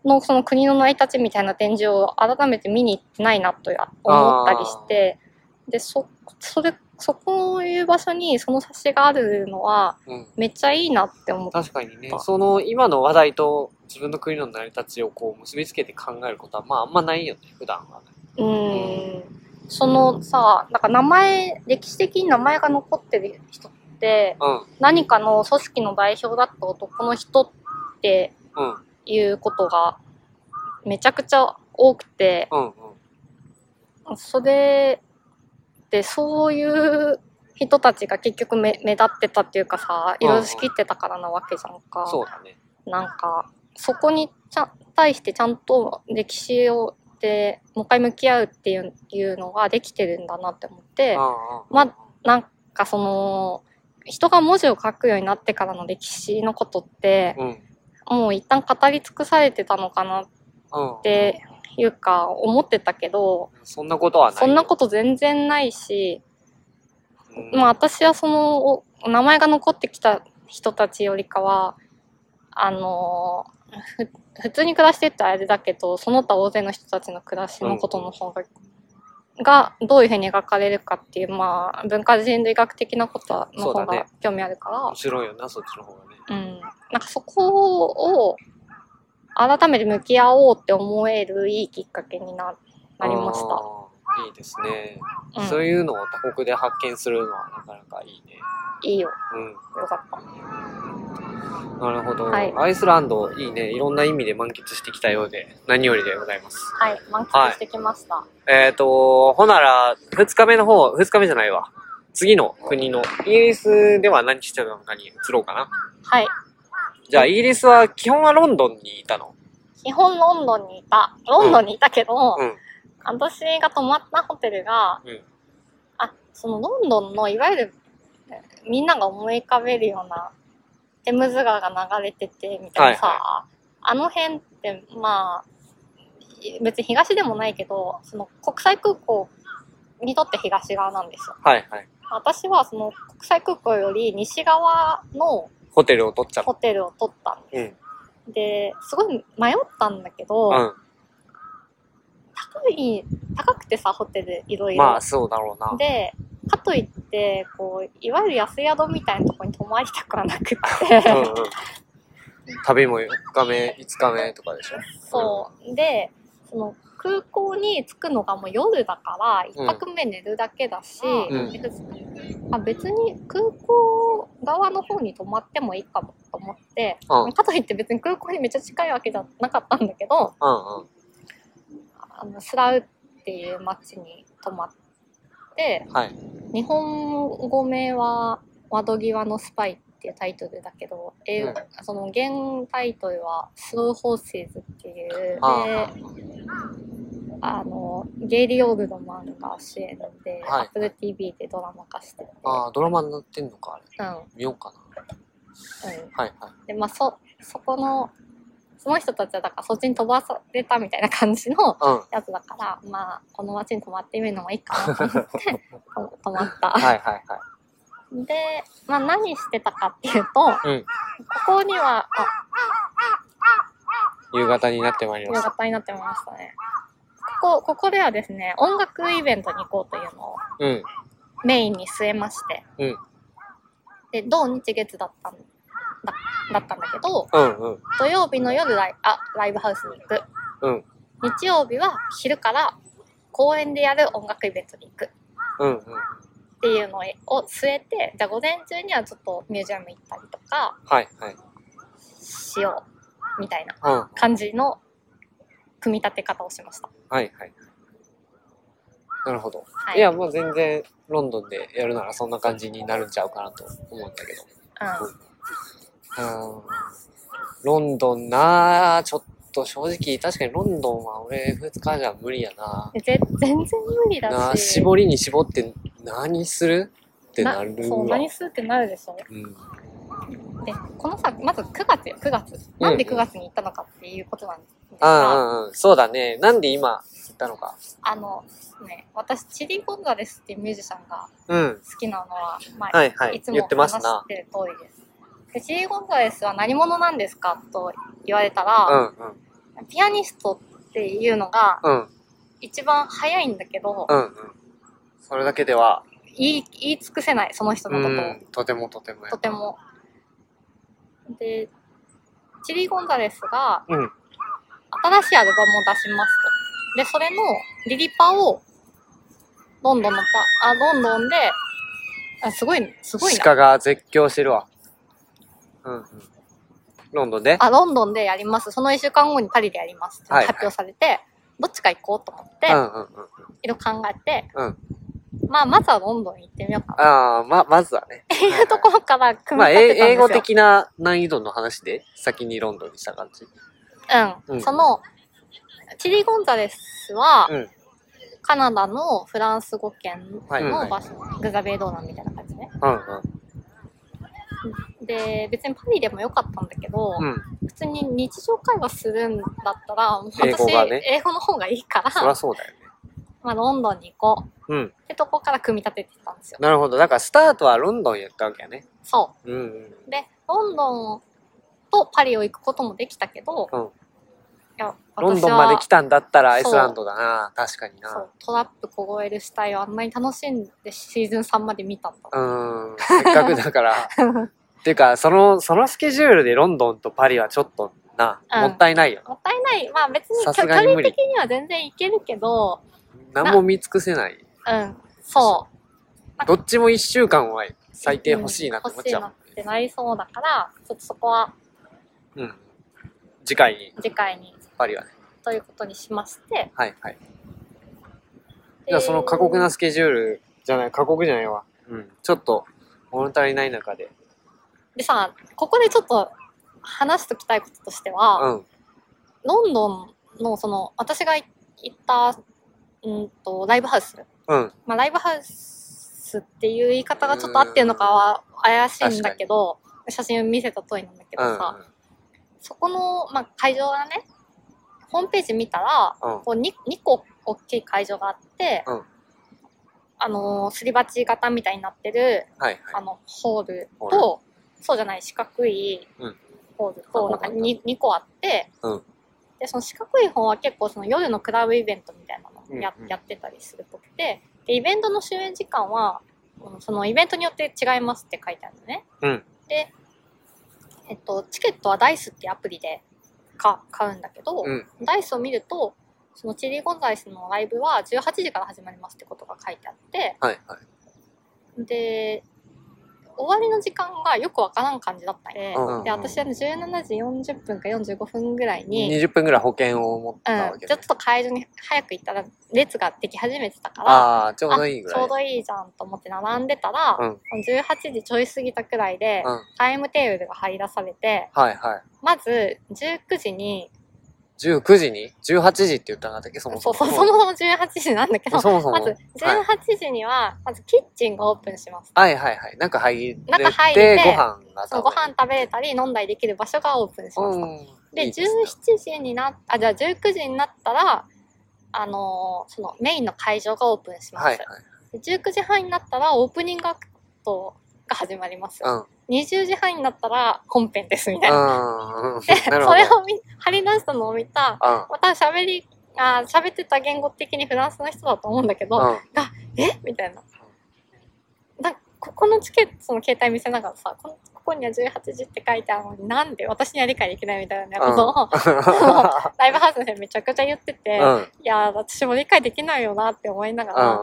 [SPEAKER 2] のその国の成り立ちみたいな展示を改めて見に行ってないなと思ったりしてでそそれそこういう場所にその冊子があるのは
[SPEAKER 1] うん
[SPEAKER 2] めっちゃいいなって思って
[SPEAKER 1] 確かにねその今の話題と自分の国の成り立ちをこう結びつけて考えることはまああんまないよね普段はね
[SPEAKER 2] うーんそのさなんか名前歴史的に名前が残ってる人って
[SPEAKER 1] う
[SPEAKER 2] 何かの組織の代表だった男の人って
[SPEAKER 1] んうん
[SPEAKER 2] いうことがめちゃくちゃ多くて
[SPEAKER 1] うんうん
[SPEAKER 2] それでそういう人たちが結局め目立ってたっていうかさ
[SPEAKER 1] うん
[SPEAKER 2] 色々仕切ってたからなわけじゃんか、
[SPEAKER 1] そうだね
[SPEAKER 2] なんかそこにちゃん対してちゃんと歴史をでもう一回向き合うっていういうのができてるんだなって思って、ま
[SPEAKER 1] ま
[SPEAKER 2] なんかその人が文字を書くようになってからの歴史のことって、
[SPEAKER 1] うんうん
[SPEAKER 2] もう一旦語り尽くされてたのかなっ
[SPEAKER 1] うん
[SPEAKER 2] ていうか思ってたけど、
[SPEAKER 1] そんなことはない
[SPEAKER 2] そんなこと全然ないし、
[SPEAKER 1] うん
[SPEAKER 2] まあ私はそのお名前が残ってきた人たちよりかはあのーふ普通に暮らしてってあれだけどその他大勢の人たちの暮らしのことの方が,、がどういうふうに描かれるかっていうまあ文化人類学的なことはの
[SPEAKER 1] そ
[SPEAKER 2] 方
[SPEAKER 1] うだね
[SPEAKER 2] が興味あるか
[SPEAKER 1] 面白いよなそっちの方がね
[SPEAKER 2] らう、ん、なんかそこを改めて向き合おうって思えるいいきっかけにななりました。
[SPEAKER 1] たいいですね、
[SPEAKER 2] うん
[SPEAKER 1] そういうのを他国で発見するのはなかなかいいね
[SPEAKER 2] いいよ。
[SPEAKER 1] うん
[SPEAKER 2] よかった。
[SPEAKER 1] なるほど、
[SPEAKER 2] はい
[SPEAKER 1] アイスランドいいねいろんな意味で満喫してきたようで何よりでございます
[SPEAKER 2] はい、満喫してきました。
[SPEAKER 1] えっ、ー、とほなら2日目の方2日目じゃないわ次の国のイギリスでは何してたのかに移ろうかな
[SPEAKER 2] はい。
[SPEAKER 1] じゃあイギリスは基本はロンドンにいたの
[SPEAKER 2] 基本ロンドンにいた。ロンドンにいたけど、
[SPEAKER 1] うん
[SPEAKER 2] 私が泊まったホテルが、
[SPEAKER 1] うん
[SPEAKER 2] あ、そのロンドンのいわゆるえみんなが思い浮かべるようなテムズ川が流れててみたいなさ、
[SPEAKER 1] はい
[SPEAKER 2] あの辺ってまあい別に東でもないけどその国際空港にとって東側なんですよ。
[SPEAKER 1] はいはい
[SPEAKER 2] 私はその国際空港より西側の
[SPEAKER 1] ホテルを取っちゃ
[SPEAKER 2] ホ
[SPEAKER 1] う
[SPEAKER 2] テルを取ったんで
[SPEAKER 1] うん
[SPEAKER 2] す。ですごい迷ったんだけど、
[SPEAKER 1] うん
[SPEAKER 2] 高い高くてさホテルいろいろ、
[SPEAKER 1] まあそうだろうな
[SPEAKER 2] でかといってこういわゆる安宿みたいなとこに泊まりたくはなくって、
[SPEAKER 1] うんうん旅も4日目5日目とかでしょ
[SPEAKER 2] そうでその空港に着くのがもう夜だから
[SPEAKER 1] うん
[SPEAKER 2] 1泊目寝るだけだし、
[SPEAKER 1] うん
[SPEAKER 2] であ別に空港側の方に泊まってもいいかもと思って、
[SPEAKER 1] うん
[SPEAKER 2] かといって別に空港にめっちゃ近いわけじゃなかったんだけど
[SPEAKER 1] うんうん
[SPEAKER 2] あのスラウっていう町に泊まって。
[SPEAKER 1] はい
[SPEAKER 2] 日本語名は「窓際のスパイ」っていうタイトルだけど英語、
[SPEAKER 1] うん
[SPEAKER 2] その現タイトルは「スローホーセーズ」っていうで
[SPEAKER 1] あ
[SPEAKER 2] あのゲイリー・オールドマンが主演で、
[SPEAKER 1] はい
[SPEAKER 2] AppleTV でドラマ化してて、
[SPEAKER 1] ああドラマになってんのかあれ
[SPEAKER 2] うんう
[SPEAKER 1] 見ようか
[SPEAKER 2] ん、
[SPEAKER 1] なはいはい
[SPEAKER 2] でまあそそこのその人たちはだからそっちに飛ばされたみたいな感じの
[SPEAKER 1] うん
[SPEAKER 2] やつだからまあこの街に泊まってみるのもいいかなと 思ってと泊まった。
[SPEAKER 1] はいはいはい。
[SPEAKER 2] で、まあ、何してたかっていうと、
[SPEAKER 1] うん
[SPEAKER 2] ここには、あ、
[SPEAKER 1] 夕方になってまいりま
[SPEAKER 2] 夕
[SPEAKER 1] した。
[SPEAKER 2] 方になってましたね。ここ、ここではですね、音楽イベントに行こうというのを
[SPEAKER 1] うん。
[SPEAKER 2] メインに据えまして、
[SPEAKER 1] うん
[SPEAKER 2] で、土日月だったんだだったんだけど、
[SPEAKER 1] うんうん。
[SPEAKER 2] 土曜日の夜ライあライブハウスに行く。
[SPEAKER 1] うん
[SPEAKER 2] 日曜日は昼から公園でやる音楽イベントに行く。
[SPEAKER 1] うんうん。
[SPEAKER 2] っていうのを据えて、じゃあ午前中にはちょっとミュージアム行ったりとか
[SPEAKER 1] はいはい。
[SPEAKER 2] しよう、みたいな。
[SPEAKER 1] うん。はい
[SPEAKER 2] 感じの組み立て方をしました。
[SPEAKER 1] はい。なるほど。、
[SPEAKER 2] はい
[SPEAKER 1] や、まあ全然ロンドンでやるならそんな感じになるんちゃうかなと思ったけど。
[SPEAKER 2] うん、
[SPEAKER 1] うん。ロンドンなあちょっと正直、確かにロンドンは俺2日じゃ無理やな
[SPEAKER 2] ぜ 全然無理
[SPEAKER 1] な
[SPEAKER 2] だ
[SPEAKER 1] あ
[SPEAKER 2] し。
[SPEAKER 1] 絞りに絞って何するって
[SPEAKER 2] な
[SPEAKER 1] なる
[SPEAKER 2] そう、
[SPEAKER 1] わ。
[SPEAKER 2] 何するってなるでしょ。
[SPEAKER 1] うん。
[SPEAKER 2] で、このさ、まず9月よ、9月。なんで9月に行ったのかっていうことなんです
[SPEAKER 1] う
[SPEAKER 2] が、
[SPEAKER 1] んうんうん。そうだね。なんで今、ったのか。
[SPEAKER 2] あのね、私、チリ・ゴンザレスっていうミュージシャンが
[SPEAKER 1] うん。
[SPEAKER 2] 好きなのは、まあ
[SPEAKER 1] はいはい
[SPEAKER 2] いつ
[SPEAKER 1] 言
[SPEAKER 2] も
[SPEAKER 1] ってま
[SPEAKER 2] 話
[SPEAKER 1] すな
[SPEAKER 2] してる通りです。でチリ・ゴンザレスは何者なんですかと言われた
[SPEAKER 1] う
[SPEAKER 2] ら、
[SPEAKER 1] んうん。
[SPEAKER 2] ピアニストっていうのが
[SPEAKER 1] うん
[SPEAKER 2] 一番早いんだけど、
[SPEAKER 1] うんうん。それだけでは、
[SPEAKER 2] 言い言い尽くせない、その人
[SPEAKER 1] う
[SPEAKER 2] のことを。
[SPEAKER 1] ん、とてもとてもや
[SPEAKER 2] とても。で、チリ・ゴンザレスが
[SPEAKER 1] うん。
[SPEAKER 2] 新しいアルバムを出しますと。で、それのリリパをロンドンのパ、あ、ロンドンで、あすごい、すごいな。
[SPEAKER 1] 鹿が絶叫してるわ。うんうん。ロンドンで
[SPEAKER 2] あ、ロンドンでやります。その1週間後にパリでやりますって
[SPEAKER 1] はい
[SPEAKER 2] 発表されて、どっちか行こうと思って、
[SPEAKER 1] うんうん
[SPEAKER 2] い
[SPEAKER 1] うんうん。
[SPEAKER 2] ろいろ考えて、
[SPEAKER 1] うん
[SPEAKER 2] まあ、まずはロンドン行ってみようかな。
[SPEAKER 1] ああ、ま、まずはね。
[SPEAKER 2] って いうところから組
[SPEAKER 1] ま
[SPEAKER 2] み
[SPEAKER 1] あ、
[SPEAKER 2] 立てた
[SPEAKER 1] え
[SPEAKER 2] んですよ。
[SPEAKER 1] 英語的な難易度の話で、先にロンドンにした感じ。
[SPEAKER 2] う。
[SPEAKER 1] うんん
[SPEAKER 2] その、チリ・ゴンザレスは、
[SPEAKER 1] うん
[SPEAKER 2] カナダのフランス語圏
[SPEAKER 1] はいは
[SPEAKER 2] の
[SPEAKER 1] い
[SPEAKER 2] 場所、グザベイドーナンみたいな感じね。
[SPEAKER 1] うん
[SPEAKER 2] で、別にパリでもよかったんだけど、
[SPEAKER 1] うん。うん。
[SPEAKER 2] 普通に日常会話するんだったら、もう私、
[SPEAKER 1] 英
[SPEAKER 2] 英
[SPEAKER 1] 語
[SPEAKER 2] 語,、
[SPEAKER 1] がね
[SPEAKER 2] の方がいいから、
[SPEAKER 1] そりゃそうだよね。
[SPEAKER 2] まあ、ロンドンに行こう
[SPEAKER 1] うん。
[SPEAKER 2] ってとこから組み立ててたんですよ。
[SPEAKER 1] なるほど。だから、スタートはロンドンやったわけやね。
[SPEAKER 2] そ
[SPEAKER 1] うんうん。
[SPEAKER 2] う。で、ロンドンとパリを行くこともできたけど、
[SPEAKER 1] うん
[SPEAKER 2] いや
[SPEAKER 1] ロン
[SPEAKER 2] 私
[SPEAKER 1] ドンまで
[SPEAKER 2] は
[SPEAKER 1] 来たんだったらアイ
[SPEAKER 2] そう
[SPEAKER 1] スランドだな。確かに
[SPEAKER 2] そ
[SPEAKER 1] な
[SPEAKER 2] う。トラップ凍える死体をあんなに楽しんでシーズン3まで見たんだ。
[SPEAKER 1] うーん。せっかくだから。 っていうか、その、そのスケジュールでロンドンとパリはちょっとな、
[SPEAKER 2] うん
[SPEAKER 1] もったいないよ。
[SPEAKER 2] もったいない。まあ別に
[SPEAKER 1] さす
[SPEAKER 2] 距距
[SPEAKER 1] がに無
[SPEAKER 2] 離
[SPEAKER 1] 理
[SPEAKER 2] 的には全然いけるけど、
[SPEAKER 1] 何も見尽くせない。
[SPEAKER 2] うん、そう。
[SPEAKER 1] どっちも一週間は最低欲しいなって思っちゃう
[SPEAKER 2] うん欲しいなってなりそうだから、ちょっとそこは
[SPEAKER 1] もん。うん。次回に、
[SPEAKER 2] 次回に
[SPEAKER 1] パリはね。
[SPEAKER 2] ということにしまして。
[SPEAKER 1] はいはい。じゃあその過酷なスケジュールじゃない、過酷じゃないわ。うん。ちょっと物足りない中で。
[SPEAKER 2] でさ、ここでちょっと話しときたいこととしては、
[SPEAKER 1] うん。
[SPEAKER 2] ロンドンのその、私が行った、うんと、ライブハウス。
[SPEAKER 1] うん。
[SPEAKER 2] まあ、ライブハウスっていう言い方がちょっと合ってるのかは怪しいんだけど、写真を見せた通りなんだけど
[SPEAKER 1] うん。
[SPEAKER 2] さ、そこの、まあ、会場がね、ホームページ見たら、
[SPEAKER 1] うん
[SPEAKER 2] こう 2, 2個大きい会場があって、
[SPEAKER 1] うん
[SPEAKER 2] あのーすり鉢型みたいになってる、
[SPEAKER 1] はい
[SPEAKER 2] あ
[SPEAKER 1] はい。
[SPEAKER 2] の、ホール
[SPEAKER 1] ホ
[SPEAKER 2] と、そうじゃない四角い
[SPEAKER 1] うん
[SPEAKER 2] ホールと、なんか 2, 2個あって、
[SPEAKER 1] うん
[SPEAKER 2] で、その四角い方は結構その夜のクラブイベントみたいなのや,、
[SPEAKER 1] うんうん
[SPEAKER 2] やってたりするとくて、で、イベントの終演時間は、うんそのイベントによって違いますって書いてあるのね。
[SPEAKER 1] うん。
[SPEAKER 2] で、えっと、チケットはダイスってアプリでか買うんだけど、
[SPEAKER 1] うん。
[SPEAKER 2] ダイスを見ると、そのチリゴンザイスのライブは18時から始まりますってことが書いてあって、
[SPEAKER 1] はいはい。
[SPEAKER 2] で、終わりの時間がよくわからん感じだったんで、
[SPEAKER 1] うん
[SPEAKER 2] で、私はね17時40分か45分ぐらいに、
[SPEAKER 1] 20分ぐらい保険を持っ
[SPEAKER 2] う
[SPEAKER 1] たわ
[SPEAKER 2] ん、
[SPEAKER 1] け
[SPEAKER 2] ちょっと会場に早く行ったら列ができ始めてたから、
[SPEAKER 1] ああ、ちょうどいいぐ
[SPEAKER 2] ち
[SPEAKER 1] らい。
[SPEAKER 2] ょうどいいじゃんと思って並んでたら、
[SPEAKER 1] うん
[SPEAKER 2] 18時ちょい過ぎたくらいで、
[SPEAKER 1] うん。
[SPEAKER 2] タイムテーブルが張り出されて、
[SPEAKER 1] はいはい。
[SPEAKER 2] まず19時に、
[SPEAKER 1] 19時に ?18 時って言ったんだったっけそもそ
[SPEAKER 2] そう
[SPEAKER 1] も。
[SPEAKER 2] そう、そもそも18時なんだけど、
[SPEAKER 1] そもそも
[SPEAKER 2] まず18時には、まずキッチンがオープンします。
[SPEAKER 1] はいはいはい。中入れて、
[SPEAKER 2] 中入れて
[SPEAKER 1] ご飯が
[SPEAKER 2] そのご飯食べれたり飲んだりできる場所がオープンします。
[SPEAKER 1] うん。
[SPEAKER 2] で、
[SPEAKER 1] いいすね
[SPEAKER 2] 17時になっ、あ、じゃあ19時になったら、あのーそのメインの会場がオープンします。
[SPEAKER 1] はいはい。
[SPEAKER 2] で19時半になったらオープニングアクトが始まります。
[SPEAKER 1] うん。
[SPEAKER 2] 20時半になったら本編です みたいな。
[SPEAKER 1] うんうん。
[SPEAKER 2] で、 そ
[SPEAKER 1] なるほど。
[SPEAKER 2] れを見張り出したのを見た、また喋り、あ喋ってた言語的にフランスの人だと思うんだけど、
[SPEAKER 1] うん。うん。
[SPEAKER 2] えみたいな。なんかここのチケットその携帯見せながらさこのここには18時って書いてあるのになんで私には理解できないみたいなことを、 ライブハウスの人にめちゃくちゃ言ってて、
[SPEAKER 1] うん。
[SPEAKER 2] いやー私も理解できないよなって思いなが
[SPEAKER 1] う
[SPEAKER 2] ら、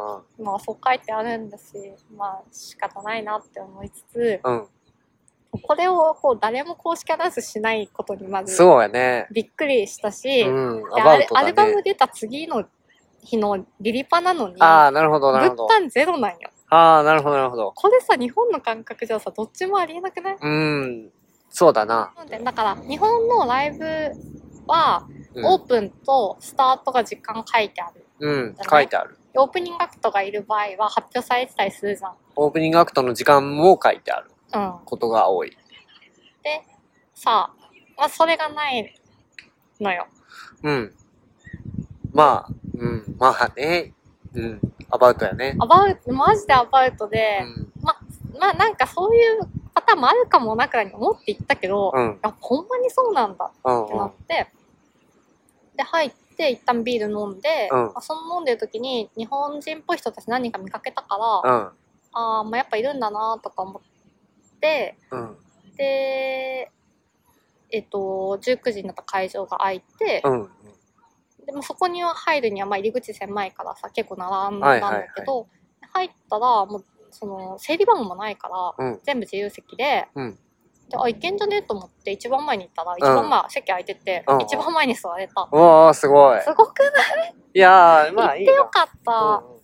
[SPEAKER 1] ん。
[SPEAKER 2] まあそう書いてあるんだしまあ仕方ないなって思いつつ
[SPEAKER 1] うん。
[SPEAKER 2] これをこう誰も公式アナウンスしないことにまず
[SPEAKER 1] そうやね。
[SPEAKER 2] びっくりしたし、
[SPEAKER 1] うん。
[SPEAKER 2] で
[SPEAKER 1] アバ
[SPEAKER 2] ア
[SPEAKER 1] ウ
[SPEAKER 2] ル
[SPEAKER 1] ト
[SPEAKER 2] ア
[SPEAKER 1] だ
[SPEAKER 2] ルバム
[SPEAKER 1] ね。
[SPEAKER 2] 出た次の日のリリパなのに
[SPEAKER 1] ああ、なるほど、なるほ
[SPEAKER 2] 物
[SPEAKER 1] ど。
[SPEAKER 2] 販ゼロなんよ。
[SPEAKER 1] ああ、なるほど、なるほど。
[SPEAKER 2] これさ日本の感覚じゃさどっちもありえなくない
[SPEAKER 1] うん。そうだな。
[SPEAKER 2] なんでだから日本のライブは
[SPEAKER 1] うん
[SPEAKER 2] オープンとスタートが時間書いてある、
[SPEAKER 1] うん。書いてある。
[SPEAKER 2] オープニングアクトがいる場合は発表されてたりするじ
[SPEAKER 1] オープニングアクトの時間も書いてある
[SPEAKER 2] ゃんうん
[SPEAKER 1] ことが多い。
[SPEAKER 2] でさあ、まあ、それがないのよ
[SPEAKER 1] うん。まあ、うん、まあね、うん、アバウトやね。
[SPEAKER 2] アバウト、マジでアバウト
[SPEAKER 1] う
[SPEAKER 2] で、
[SPEAKER 1] ん、
[SPEAKER 2] まあなんかそういうパターンもあるかもなくらいに思って行ったけど、
[SPEAKER 1] うん、うん
[SPEAKER 2] あ、ほんまにそうなんだ、って
[SPEAKER 1] う
[SPEAKER 2] なんっ、て、で、入って、一旦ビール飲んで、
[SPEAKER 1] うん
[SPEAKER 2] まあその飲んでる時に日本人っぽい人たち何人か見かけたから、
[SPEAKER 1] うん、
[SPEAKER 2] ああ、まあやっぱいるんだなとか思って、
[SPEAKER 1] うん、
[SPEAKER 2] で、えっと、19時になった会場が空いて、
[SPEAKER 1] うん、
[SPEAKER 2] でもそこには入るにはまあ入り口狭いからさ結構並んだんだけど、入ったらもうその整理番もないから、
[SPEAKER 1] うん
[SPEAKER 2] 全部自由席で,、
[SPEAKER 1] うん
[SPEAKER 2] であいけんじゃねえと思って一番前に行ったら一番前、席空いてて、
[SPEAKER 1] うん
[SPEAKER 2] 一番前に座れた、
[SPEAKER 1] うわー、すごい。
[SPEAKER 2] すごくない
[SPEAKER 1] いやー、まあいいな。
[SPEAKER 2] よかった、
[SPEAKER 1] うんうん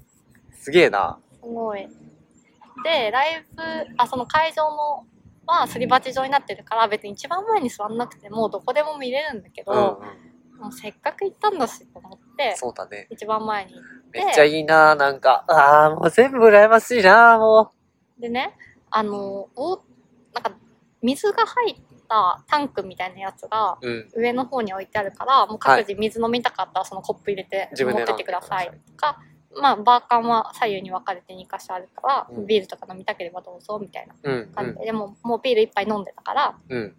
[SPEAKER 1] すげえな。
[SPEAKER 2] すごいでライブあその会場のはすり鉢状になってるから別に一番前に座んなくてもどこでも見れるんだけ
[SPEAKER 1] うん、うん
[SPEAKER 2] ど、、もうせっかく行ったんだしと思って
[SPEAKER 1] そうだね。
[SPEAKER 2] 一番前に行って
[SPEAKER 1] めっちゃいいな、なんか。あー、もう全部羨ましいな、も
[SPEAKER 2] でね、あの、お、なんか、水が入ったタンクみたいなやつが、
[SPEAKER 1] う。うん。
[SPEAKER 2] 上の方に置いてあるから、もう各自水飲みたかったらそのコップ入れて
[SPEAKER 1] 自
[SPEAKER 2] 持
[SPEAKER 1] 分で
[SPEAKER 2] ってってくださいとか、まあ、バーカンは左右に分かれて2箇所あるから、
[SPEAKER 1] うん
[SPEAKER 2] ビールとか飲みたければどうぞみたいな
[SPEAKER 1] うん、う
[SPEAKER 2] 感じ
[SPEAKER 1] ん
[SPEAKER 2] で、、でももうビール1杯飲んでたから、
[SPEAKER 1] うん。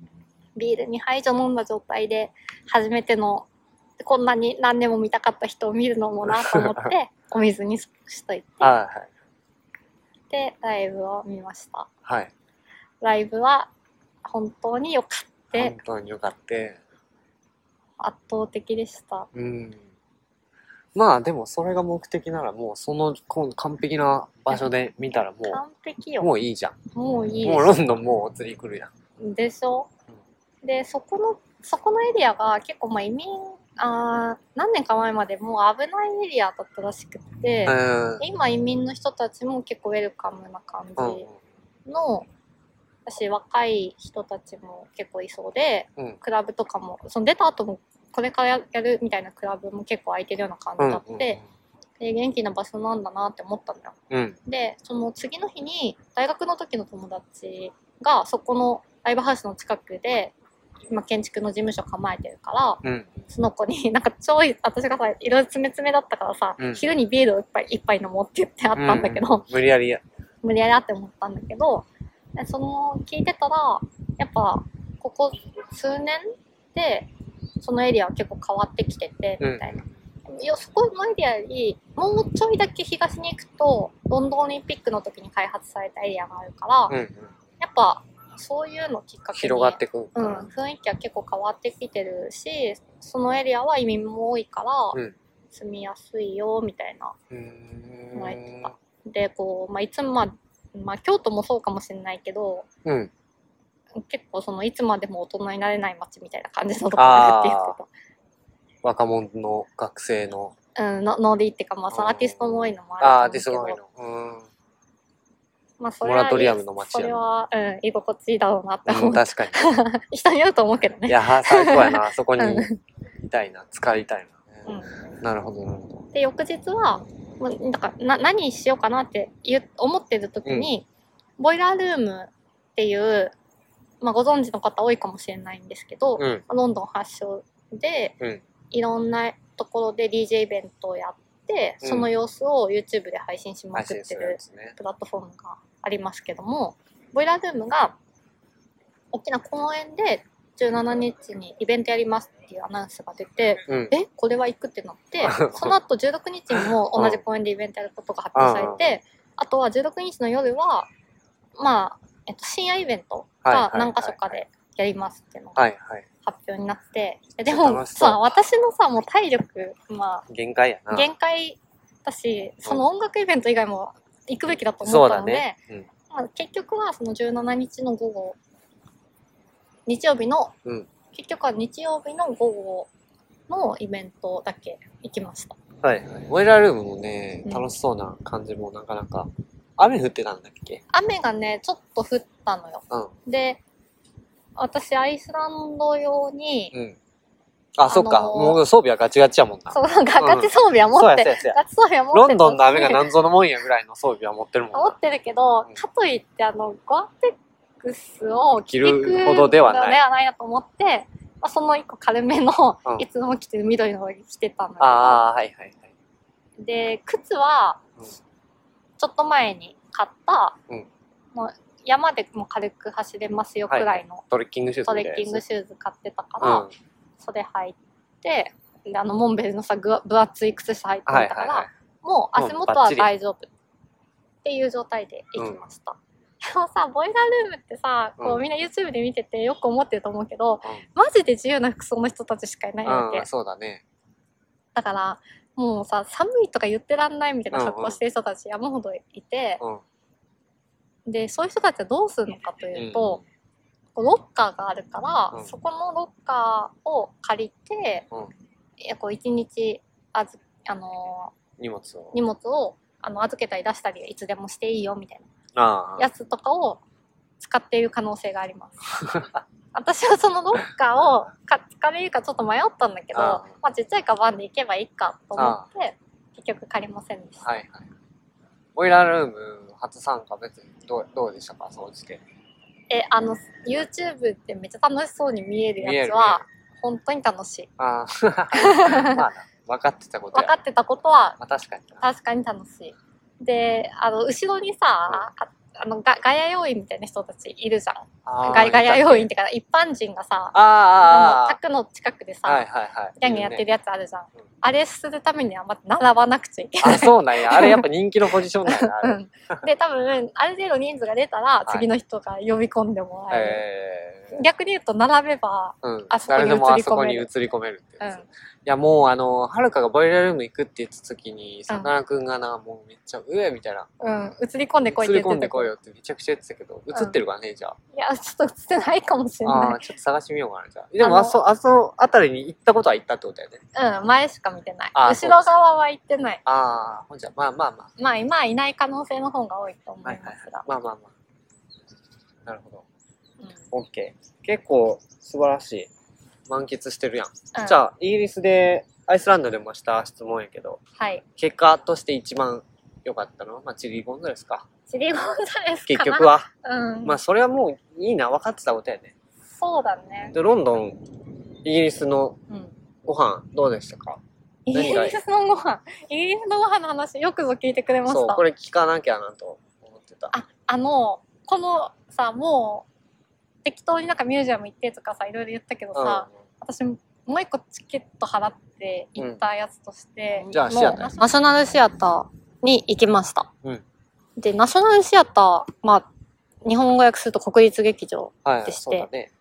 [SPEAKER 2] ビール2杯以上飲んだ状態で、初めての、こんなに何年も見たかった人を見るのもなと 思って、お水にしといて、
[SPEAKER 1] はい、
[SPEAKER 2] で、ライブを見ました。
[SPEAKER 1] はい。はい。
[SPEAKER 2] ライブは本当に良かった。
[SPEAKER 1] 本
[SPEAKER 2] 圧
[SPEAKER 1] 当によかった。
[SPEAKER 2] 倒的でした。
[SPEAKER 1] うん。まあでもそれが目的ならもうそのこ完璧な場所で見たらも
[SPEAKER 2] 完璧
[SPEAKER 1] う、
[SPEAKER 2] よ。
[SPEAKER 1] も
[SPEAKER 2] も
[SPEAKER 1] ういいじゃん。
[SPEAKER 2] ういい
[SPEAKER 1] もうロンドンもうお釣り来るやん。
[SPEAKER 2] でしょで、そこの、そこのエリアが結構まあ移民、あー何年か前までもう危ないエリアだったらしくて、
[SPEAKER 1] うん。
[SPEAKER 2] 今移民の人たちも結構ウェルカムな感
[SPEAKER 1] うん
[SPEAKER 2] じの、だし若い人たちも結構いそうで、
[SPEAKER 1] うん。
[SPEAKER 2] クラブとかも、その出た後もこれからややるみたいなクラブも結構空いてるような感
[SPEAKER 1] う
[SPEAKER 2] じ
[SPEAKER 1] ん
[SPEAKER 2] だって、で元気な場所なんだなって思ったのよ。
[SPEAKER 1] うん。
[SPEAKER 2] でその次の日に大学の時の友達がそこのライブハウスの近くで今建築の事務所構えてるから
[SPEAKER 1] うん。
[SPEAKER 2] その子に なんか超い私がさいろいろ詰め詰めだったからさ、
[SPEAKER 1] うん
[SPEAKER 2] 昼にビールをいっぱい一杯飲もうって言ってあったんだけど、
[SPEAKER 1] う無理やりや。
[SPEAKER 2] 無理やりあって思ったんだけどでその聞いてたらやっぱここ数年でそのエリアは結構変わってきてて
[SPEAKER 1] う
[SPEAKER 2] み
[SPEAKER 1] ん
[SPEAKER 2] たいな。いやそこのエリアよりもうちょいだけ東に行くとロンドンオリンピックの時に開発されたエリアがあるから、
[SPEAKER 1] うんうん。
[SPEAKER 2] やっぱそういうのきっかけに
[SPEAKER 1] 広がってくるか
[SPEAKER 2] うん、
[SPEAKER 1] ら。
[SPEAKER 2] 雰囲気は結構変わってきてるしそのエリアは移民も多いから、
[SPEAKER 1] うん
[SPEAKER 2] 住みやすいよみたいな。
[SPEAKER 1] うーん。
[SPEAKER 2] でこう、まあ、いつも、まあまあ、京都もそうかもしれないけど
[SPEAKER 1] うん。
[SPEAKER 2] 結構そのいつまでも大人になれない街みたいな感じのところだって言ってた。
[SPEAKER 1] 若者の学生の。
[SPEAKER 2] うん、のノリっていうか、まあ、そのアーティストも多いのも
[SPEAKER 1] あ
[SPEAKER 2] あ
[SPEAKER 1] あ、
[SPEAKER 2] る
[SPEAKER 1] ディ
[SPEAKER 2] と
[SPEAKER 1] ス
[SPEAKER 2] 思
[SPEAKER 1] ゴ
[SPEAKER 2] う
[SPEAKER 1] イ
[SPEAKER 2] けど
[SPEAKER 1] の。うん。
[SPEAKER 2] まあ、それはい
[SPEAKER 1] モ
[SPEAKER 2] い
[SPEAKER 1] ラトリアムの街や
[SPEAKER 2] そ
[SPEAKER 1] な
[SPEAKER 2] れは、うん、居心地いいだろうなって
[SPEAKER 1] う
[SPEAKER 2] 思
[SPEAKER 1] ん
[SPEAKER 2] う。
[SPEAKER 1] 確かに。
[SPEAKER 2] 人によると思うけど
[SPEAKER 1] い
[SPEAKER 2] ね。
[SPEAKER 1] や、最高やな。あそこに
[SPEAKER 2] う
[SPEAKER 1] いたいな。浸かりたいな。
[SPEAKER 2] う
[SPEAKER 1] なるほど、なるほど。
[SPEAKER 2] ん、で、翌日は、もうだからな何しようかなって言う思ってる時に、ボイラールームっていう、まあ、ご存知の方多いかもしれないんですけど、
[SPEAKER 1] うん。
[SPEAKER 2] ロンドン発祥で、
[SPEAKER 1] うん
[SPEAKER 2] いろんなところで DJ イベントをやって、
[SPEAKER 1] うん
[SPEAKER 2] その様子を YouTube で配信しま
[SPEAKER 1] 配
[SPEAKER 2] くっ
[SPEAKER 1] 信
[SPEAKER 2] て
[SPEAKER 1] す
[SPEAKER 2] る
[SPEAKER 1] るやつね。
[SPEAKER 2] プラットフォームがありますけども、ボイラールームが大きな公園で17日にイベントやりますっていうアナウンスが出て、
[SPEAKER 1] うん。
[SPEAKER 2] えこれは行くって なって、その後16日にも同じ公園でイベントやることが発表されて、あとは16日の夜は、まあ、えっと、深夜イベントが何箇所かでやりますっていうのが
[SPEAKER 1] はい、はい。
[SPEAKER 2] 発表になって、えで
[SPEAKER 1] 楽
[SPEAKER 2] も
[SPEAKER 1] しそう
[SPEAKER 2] さ、私のさ、もう体力、ま
[SPEAKER 1] 限界や
[SPEAKER 2] あ、
[SPEAKER 1] な。
[SPEAKER 2] 限界だし、その音楽イベント以外も行くべきだと
[SPEAKER 1] そう
[SPEAKER 2] 思った
[SPEAKER 1] だ
[SPEAKER 2] ので、
[SPEAKER 1] ね。うん。
[SPEAKER 2] まあ、結局はその17日の午後日曜日の、
[SPEAKER 1] うん
[SPEAKER 2] 結局は日曜日の午後のイベントだけ行きました
[SPEAKER 1] はい、はい。ボイラールームもね
[SPEAKER 2] う、ん
[SPEAKER 1] 楽しそうな感じもなかなか。雨降ってたんだっけ
[SPEAKER 2] 雨がねちょっと降ったのよ
[SPEAKER 1] うん。
[SPEAKER 2] で私アイスランド用に、
[SPEAKER 1] うん。あ、そっか。
[SPEAKER 2] あのー
[SPEAKER 1] もう装備はガチガチやもんな。
[SPEAKER 2] そうなんかガチ装備は持
[SPEAKER 1] そう
[SPEAKER 2] っ
[SPEAKER 1] や、
[SPEAKER 2] て、
[SPEAKER 1] そうや、そうや。
[SPEAKER 2] ガチ装備は持って
[SPEAKER 1] ロンドンの雨が
[SPEAKER 2] な
[SPEAKER 1] なんぞのもんやぐらいの装備は持ってるもん
[SPEAKER 2] 持
[SPEAKER 1] な
[SPEAKER 2] っ。てるけど
[SPEAKER 1] うん
[SPEAKER 2] かといってあのゴアテックスを着て
[SPEAKER 1] 着
[SPEAKER 2] く
[SPEAKER 1] るほどではない
[SPEAKER 2] のではないなと思って、まはその一個軽めの
[SPEAKER 1] う、ん
[SPEAKER 2] いつも着てる緑の方に着てたんだ
[SPEAKER 1] ああ、はいはいはい。
[SPEAKER 2] けど、で、靴は
[SPEAKER 1] うん、
[SPEAKER 2] ちょっと前に買った、
[SPEAKER 1] うん
[SPEAKER 2] もう山でも軽く走れますよくらいの
[SPEAKER 1] トレッキングシューズ
[SPEAKER 2] ト
[SPEAKER 1] み
[SPEAKER 2] レ
[SPEAKER 1] た
[SPEAKER 2] ッ
[SPEAKER 1] いなやつ。
[SPEAKER 2] キングシューズ買ってたから、
[SPEAKER 1] うん。
[SPEAKER 2] それ履いて、であの、モンベルのさ、ぐわ分厚い靴下履いてみたか
[SPEAKER 1] は
[SPEAKER 2] ら、
[SPEAKER 1] いはいはい。
[SPEAKER 2] もう足元
[SPEAKER 1] うんバッ
[SPEAKER 2] は
[SPEAKER 1] チリ
[SPEAKER 2] 大丈夫っていう状態で行きました。でもさ、ボイラールームってさ、こ
[SPEAKER 1] う
[SPEAKER 2] うんみんな YouTube で見ててよく思ってると思うけど、
[SPEAKER 1] うん
[SPEAKER 2] マジで自由な服装の人たちしかいないわけ。
[SPEAKER 1] うん、そうだね。
[SPEAKER 2] だから、もうさ、寒いとか言ってらんないみたいな格好してる人たち山ほどいて、
[SPEAKER 1] うん。
[SPEAKER 2] で、そういう人たちはどうするのかというと、こうロッカーがあるから、
[SPEAKER 1] うん
[SPEAKER 2] そこのロッカーを借りて、
[SPEAKER 1] うん
[SPEAKER 2] いやこう一日あず、あの
[SPEAKER 1] 荷物を
[SPEAKER 2] ー。荷物をあの預けたり出したりいつでもしていいよみたいな。
[SPEAKER 1] ああ。
[SPEAKER 2] やつとかを使っている可能性があります。 私はそのロッカーをか借りるかちょっと迷ったんだけど、
[SPEAKER 1] うん
[SPEAKER 2] まあちっちゃいカバンで行けばいいかと思って、結局借りませんでした。
[SPEAKER 1] はいはい。ボイラールーム初参加別にどうどうでしたかその時点。
[SPEAKER 2] え、あの、YouTube ってめっちゃ楽しそうに見えるやつ
[SPEAKER 1] 見
[SPEAKER 2] は、本当に楽しい。
[SPEAKER 1] あ あ。まあな、分かってたこと
[SPEAKER 2] 分
[SPEAKER 1] や。
[SPEAKER 2] かってたことは
[SPEAKER 1] まあ確かにな。
[SPEAKER 2] 確かに楽しい。で、あの、後ろにさ、ああの、がガヤ要員みたいな人たちいるじゃん。
[SPEAKER 1] ああ
[SPEAKER 2] ガガヤ要員っ
[SPEAKER 1] 見たっけ
[SPEAKER 2] てか、一般人がさ、
[SPEAKER 1] あ
[SPEAKER 2] あの、
[SPEAKER 1] あああ
[SPEAKER 2] 宅の近くでさ、
[SPEAKER 1] はいはいはい。
[SPEAKER 2] ギャンギャンやってる
[SPEAKER 1] や
[SPEAKER 2] やつあるじゃん。
[SPEAKER 1] うん
[SPEAKER 2] あれするためにはまず並ばなくちゃいけない。
[SPEAKER 1] あ、そうなんや。あれやっぱ人気のポジションなんやな。あ
[SPEAKER 2] う
[SPEAKER 1] れ
[SPEAKER 2] ん、 で多分ある程度人数が出たら
[SPEAKER 1] い
[SPEAKER 2] 次の人が呼び込んでもらえる、
[SPEAKER 1] ええ。
[SPEAKER 2] 逆に言うと並べば
[SPEAKER 1] うん
[SPEAKER 2] あそこに
[SPEAKER 1] 誰でも
[SPEAKER 2] 映
[SPEAKER 1] あ
[SPEAKER 2] り込める
[SPEAKER 1] そこに映り込めるってやつ。
[SPEAKER 2] うん
[SPEAKER 1] いや、もうあの、はるかがボイラールーム行くって言った時に、さ
[SPEAKER 2] うん
[SPEAKER 1] かなクンがな、もうめっちゃ、うえみたいな。
[SPEAKER 2] うん映り込んでこいっ
[SPEAKER 1] 映
[SPEAKER 2] て
[SPEAKER 1] り
[SPEAKER 2] 言
[SPEAKER 1] 込
[SPEAKER 2] って
[SPEAKER 1] んでこい
[SPEAKER 2] い
[SPEAKER 1] よってめちゃくちゃ言ってたけど、映ってるかね、じゃあ。
[SPEAKER 2] やちょっと映ってないかもしれ
[SPEAKER 1] あ
[SPEAKER 2] な
[SPEAKER 1] あ、ちょっと探してみようかな、じゃあ。でも、
[SPEAKER 2] あの
[SPEAKER 1] あそ、あそ、あたりに行ったことは行ったってことだよね。
[SPEAKER 2] いうん前しか見てない
[SPEAKER 1] あー
[SPEAKER 2] 後ろ側は行ってない
[SPEAKER 1] ああ、ほんじゃ、まあまあまあ。
[SPEAKER 2] まあ今はいない可能性の方が多いと思
[SPEAKER 1] は
[SPEAKER 2] いま
[SPEAKER 1] いはい
[SPEAKER 2] すが、
[SPEAKER 1] まあまあまあ。なるほど。
[SPEAKER 2] うん
[SPEAKER 1] オッケー。結構、素晴らしい。満喫してるやん。
[SPEAKER 2] うん
[SPEAKER 1] じゃあ、イギリスで、アイスランドでもした質問やけど、
[SPEAKER 2] はい
[SPEAKER 1] 結果として一番良かったのは、まあ、チリゴンドですか。
[SPEAKER 2] チリゴンドレスかな
[SPEAKER 1] 結局は。
[SPEAKER 2] うん、
[SPEAKER 1] まあ、それはもういいな、分かってたことやね。
[SPEAKER 2] そうだね
[SPEAKER 1] で、ロンドン、イギリスの
[SPEAKER 2] うん
[SPEAKER 1] ご飯、どうでしたか
[SPEAKER 2] イギ
[SPEAKER 1] 何がい
[SPEAKER 2] リ
[SPEAKER 1] い
[SPEAKER 2] スのご飯イギリスのご飯の話よくぞ聞いてくれました
[SPEAKER 1] そう、これ聞かなきゃなと思ってた。
[SPEAKER 2] あ、あの、このさ、もう、適当になんかミュージアム行ってとかさ、いろいろ言ったけどさ、私、もう一個チケット払って行ったやつとして、
[SPEAKER 1] うんじゃあ
[SPEAKER 2] もう
[SPEAKER 1] シアターや
[SPEAKER 2] ナショナルシアターに行きました。
[SPEAKER 1] うん
[SPEAKER 2] で、ナショナルシアター、まあ、日本語訳すると国立劇場。
[SPEAKER 1] うん、は
[SPEAKER 2] で
[SPEAKER 1] い、
[SPEAKER 2] して
[SPEAKER 1] そうだね。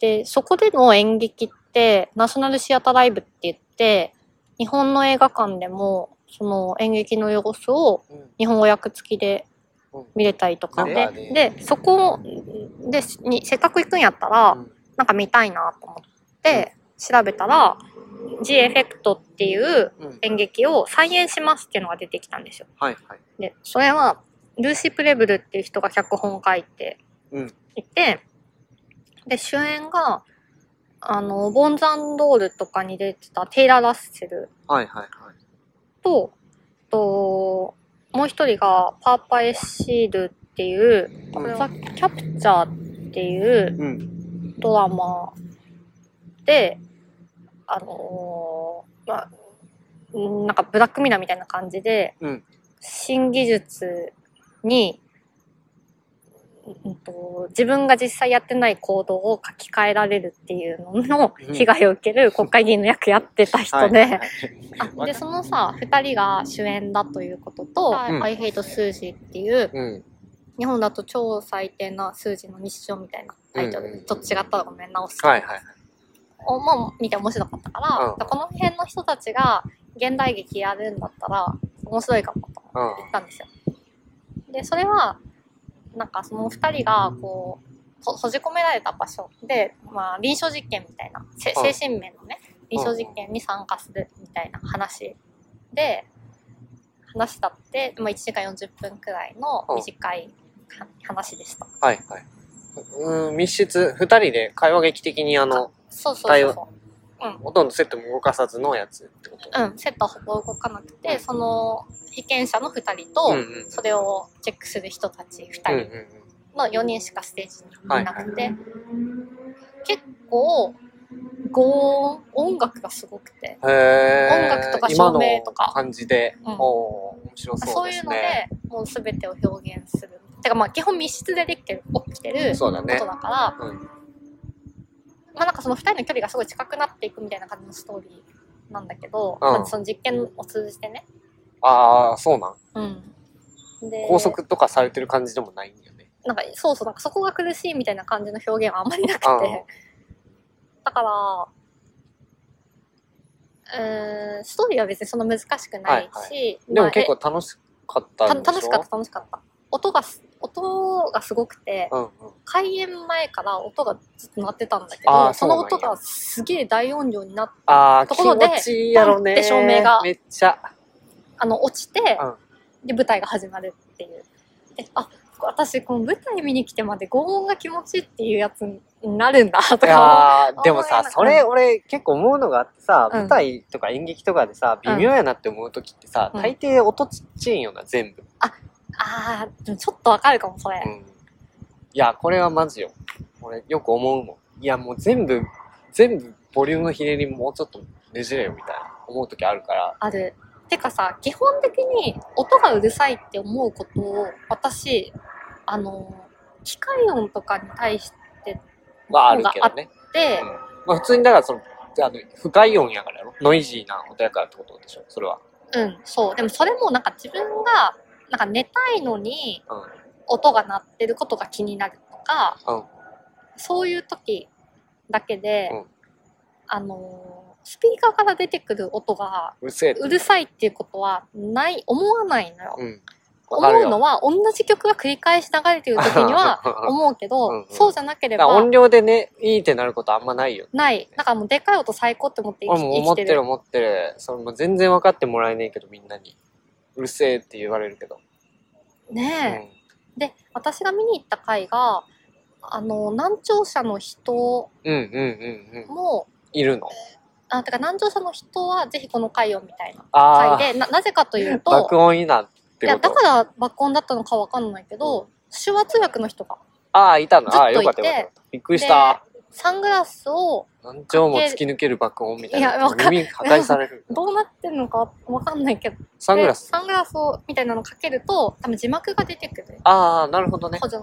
[SPEAKER 2] で、そこでの演劇って、ナショナルシアターライブって言って、日本の映画館でも、その演劇の様子を
[SPEAKER 1] うん
[SPEAKER 2] 日本語訳付きで
[SPEAKER 1] うん
[SPEAKER 2] 見れたりとか
[SPEAKER 1] な
[SPEAKER 2] で
[SPEAKER 1] んか、ね
[SPEAKER 2] で、そこで、に、せっかく行くんやったら、
[SPEAKER 1] うん
[SPEAKER 2] なんか見たいなと思って、調べたら、G エフェクトっていう
[SPEAKER 1] うん
[SPEAKER 2] 演劇を再演しますっていうのが出てきたんですよ。
[SPEAKER 1] はいはい。
[SPEAKER 2] で、それは、ルーシー・プレブルっていう人が脚本を書いて
[SPEAKER 1] うん。
[SPEAKER 2] いて、で、主演が、あの、ボンザンドールとかに出てたテイラー・ラッセル
[SPEAKER 1] はいはいはい。
[SPEAKER 2] と、と、もう一人がパーパイシールっていう、これはキャプチャーっていう
[SPEAKER 1] うん。
[SPEAKER 2] ドラマで、あのーまあ、うんなんかブラックミラーみたいな感じで、
[SPEAKER 1] うん
[SPEAKER 2] 新技術に、うんと、自分が実際やってない行動を書き換えられるっていうのの
[SPEAKER 1] うん
[SPEAKER 2] 被害を受ける国会議員の役やってた人
[SPEAKER 1] はいはいは、
[SPEAKER 2] で
[SPEAKER 1] い
[SPEAKER 2] あで、そのさ、二人が主演だということと、
[SPEAKER 1] うん
[SPEAKER 2] I hate 数字っていう、
[SPEAKER 1] うん。
[SPEAKER 2] 日本だと超最低な数字の日常みたいなタイトル
[SPEAKER 1] うんうん
[SPEAKER 2] で、
[SPEAKER 1] うん
[SPEAKER 2] ちょっと違ったらごめん直す。
[SPEAKER 1] はいはい。
[SPEAKER 2] をも見て面白かったから、
[SPEAKER 1] うん
[SPEAKER 2] この辺の人たちが現代劇やるんだったら面白いかもと思って行ったんですよ。で、それは、なんかその二人がこう、と閉じ込められた場所で、まあ臨床実験みたいな、
[SPEAKER 1] う
[SPEAKER 2] せ
[SPEAKER 1] ん
[SPEAKER 2] 精神面のね、臨床実験に参加するみたいな話で、話だって、まあ1時間40分くらいの短いは話でした。
[SPEAKER 1] はいはい。うん、密室、二人で会話劇的にあの、
[SPEAKER 2] そうそうそうそう。
[SPEAKER 1] ほとんどセットも動かさずのやつってこと
[SPEAKER 2] うん、セットはほぼ動かなくて、その被験者の2人と、
[SPEAKER 1] うんうん。
[SPEAKER 2] それをチェックする人たち
[SPEAKER 1] うんう
[SPEAKER 2] 2
[SPEAKER 1] ん
[SPEAKER 2] 人の4人しかステージにいなくて、
[SPEAKER 1] はい
[SPEAKER 2] 結構合音、音楽がすごく
[SPEAKER 1] へー
[SPEAKER 2] て、音楽とか照明とか
[SPEAKER 1] 今の感じで、
[SPEAKER 2] う
[SPEAKER 1] お
[SPEAKER 2] ん
[SPEAKER 1] ー面白
[SPEAKER 2] そう
[SPEAKER 1] そうで
[SPEAKER 2] いう
[SPEAKER 1] す
[SPEAKER 2] の
[SPEAKER 1] ね。
[SPEAKER 2] で、もう全てを表現する。てかまあ基本密室でできてる、起きてるこ
[SPEAKER 1] そうだ
[SPEAKER 2] とだ
[SPEAKER 1] ね。
[SPEAKER 2] から、
[SPEAKER 1] うん。
[SPEAKER 2] まあなんかその2人の距離がすごい近くなっていくみたいな感じのストーリーなんだけ
[SPEAKER 1] う
[SPEAKER 2] ど、
[SPEAKER 1] ん
[SPEAKER 2] まあその実験を通じてね。
[SPEAKER 1] ああ、そうなん。
[SPEAKER 2] うん。で、
[SPEAKER 1] 拘束とかされてる感じでもないんだよね。
[SPEAKER 2] なんかそうそう、なんかそこが苦しいみたいな感じの表現はあんまりなくて。だから、うーん、ストーリーは別にそんな難しくないし、
[SPEAKER 1] はいはで
[SPEAKER 2] ま
[SPEAKER 1] も
[SPEAKER 2] あ
[SPEAKER 1] 結構楽しかった
[SPEAKER 2] えた
[SPEAKER 1] んでしょ
[SPEAKER 2] 楽しかった楽しかった。音がす、音がすごくて、
[SPEAKER 1] うんうん。
[SPEAKER 2] 開演前から音がずっと鳴ってたんだけ
[SPEAKER 1] あ
[SPEAKER 2] ど、
[SPEAKER 1] ー
[SPEAKER 2] その
[SPEAKER 1] そ
[SPEAKER 2] 音
[SPEAKER 1] うなんや
[SPEAKER 2] がすげえ大音量になっ
[SPEAKER 1] ああ、
[SPEAKER 2] と
[SPEAKER 1] 気
[SPEAKER 2] ころで
[SPEAKER 1] 持ちいいやろね。
[SPEAKER 2] パンって照明が
[SPEAKER 1] めっちゃ。
[SPEAKER 2] あの、落ちて、で、舞台が始まるっていう。で、あ、私、この舞台見に来てまで、拷問が気持ちいいっていうやつになるんだ、と
[SPEAKER 1] い
[SPEAKER 2] か
[SPEAKER 1] やーでも
[SPEAKER 2] 思いな
[SPEAKER 1] さ
[SPEAKER 2] がら
[SPEAKER 1] それ俺結構思うのがあってさ、
[SPEAKER 2] うん
[SPEAKER 1] 舞台とか演劇とかでさ微妙やなって思う時ってさ、
[SPEAKER 2] うん
[SPEAKER 1] 大抵音ちっちゃいんよな全部、
[SPEAKER 2] 思ああ、でもちょっとわかるかも、それ。
[SPEAKER 1] うんいやこれはマジよ俺よく思うもんいやもう全部全部ボリュームのひねりもうちょっとねじれよみたいな思う時あるから
[SPEAKER 2] ある。てかさ、基本的に音がうるさいって思うことを、私、あの、機械音とかに対して
[SPEAKER 1] まああるけどね、
[SPEAKER 2] で
[SPEAKER 1] うん、まあ、普通にだからそのあの不快音やからやろノイジーな音やからってことでしょそれは
[SPEAKER 2] うん、そう。でもそれもなんか自分が、なんか寝たいのに
[SPEAKER 1] うん
[SPEAKER 2] 音が鳴ってることが気になるとか、
[SPEAKER 1] うん
[SPEAKER 2] そういう時だけで、
[SPEAKER 1] うん
[SPEAKER 2] あのースピーカーから出てくる音が
[SPEAKER 1] うるせえって
[SPEAKER 2] うるさいっていうことはない思わないのよ。
[SPEAKER 1] うんわかる
[SPEAKER 2] 思
[SPEAKER 1] よ
[SPEAKER 2] うのは同じ曲が繰り返し流れてる時に は思うけど、
[SPEAKER 1] うんうん
[SPEAKER 2] そうじゃなけれ
[SPEAKER 1] だから音
[SPEAKER 2] ば
[SPEAKER 1] 量でねいいってなることあんまないよ
[SPEAKER 2] ない。だからもうでかい音最高って思って生
[SPEAKER 1] 俺
[SPEAKER 2] き
[SPEAKER 1] も思
[SPEAKER 2] 生
[SPEAKER 1] っ
[SPEAKER 2] きて
[SPEAKER 1] て
[SPEAKER 2] る
[SPEAKER 1] る思ってる。それも全然分かってもらえねえけど、みんなに。うるせえって言われるけど。う
[SPEAKER 2] ねえ、
[SPEAKER 1] ん
[SPEAKER 2] で、私が見に行った回が、あの、難聴者の人
[SPEAKER 1] うんうんうんうん。
[SPEAKER 2] も、
[SPEAKER 1] いるの。
[SPEAKER 2] あ、てか難聴者の人はぜひこの回をみたいな
[SPEAKER 1] あ
[SPEAKER 2] 回で、ななぜかという
[SPEAKER 1] あ、爆
[SPEAKER 2] と、
[SPEAKER 1] 音いいなってこと。
[SPEAKER 2] いや、だから爆音だったのかわかんないけど、
[SPEAKER 1] うん
[SPEAKER 2] 手話通訳の人が、
[SPEAKER 1] ああ、いたの。ああ、
[SPEAKER 2] ず
[SPEAKER 1] よ
[SPEAKER 2] っと
[SPEAKER 1] か
[SPEAKER 2] い
[SPEAKER 1] ってたよかった。びっくりした。
[SPEAKER 2] サングラスを
[SPEAKER 1] 何兆も突き抜ける爆音みたい
[SPEAKER 2] い
[SPEAKER 1] な
[SPEAKER 2] や。わか
[SPEAKER 1] 耳破壊される。
[SPEAKER 2] どうなってんのかわかんないけど、
[SPEAKER 1] サングラス
[SPEAKER 2] で。サングラスをみたいなのかけると、多分字幕が出てくる。
[SPEAKER 1] ああ、なるほどね。
[SPEAKER 2] 補助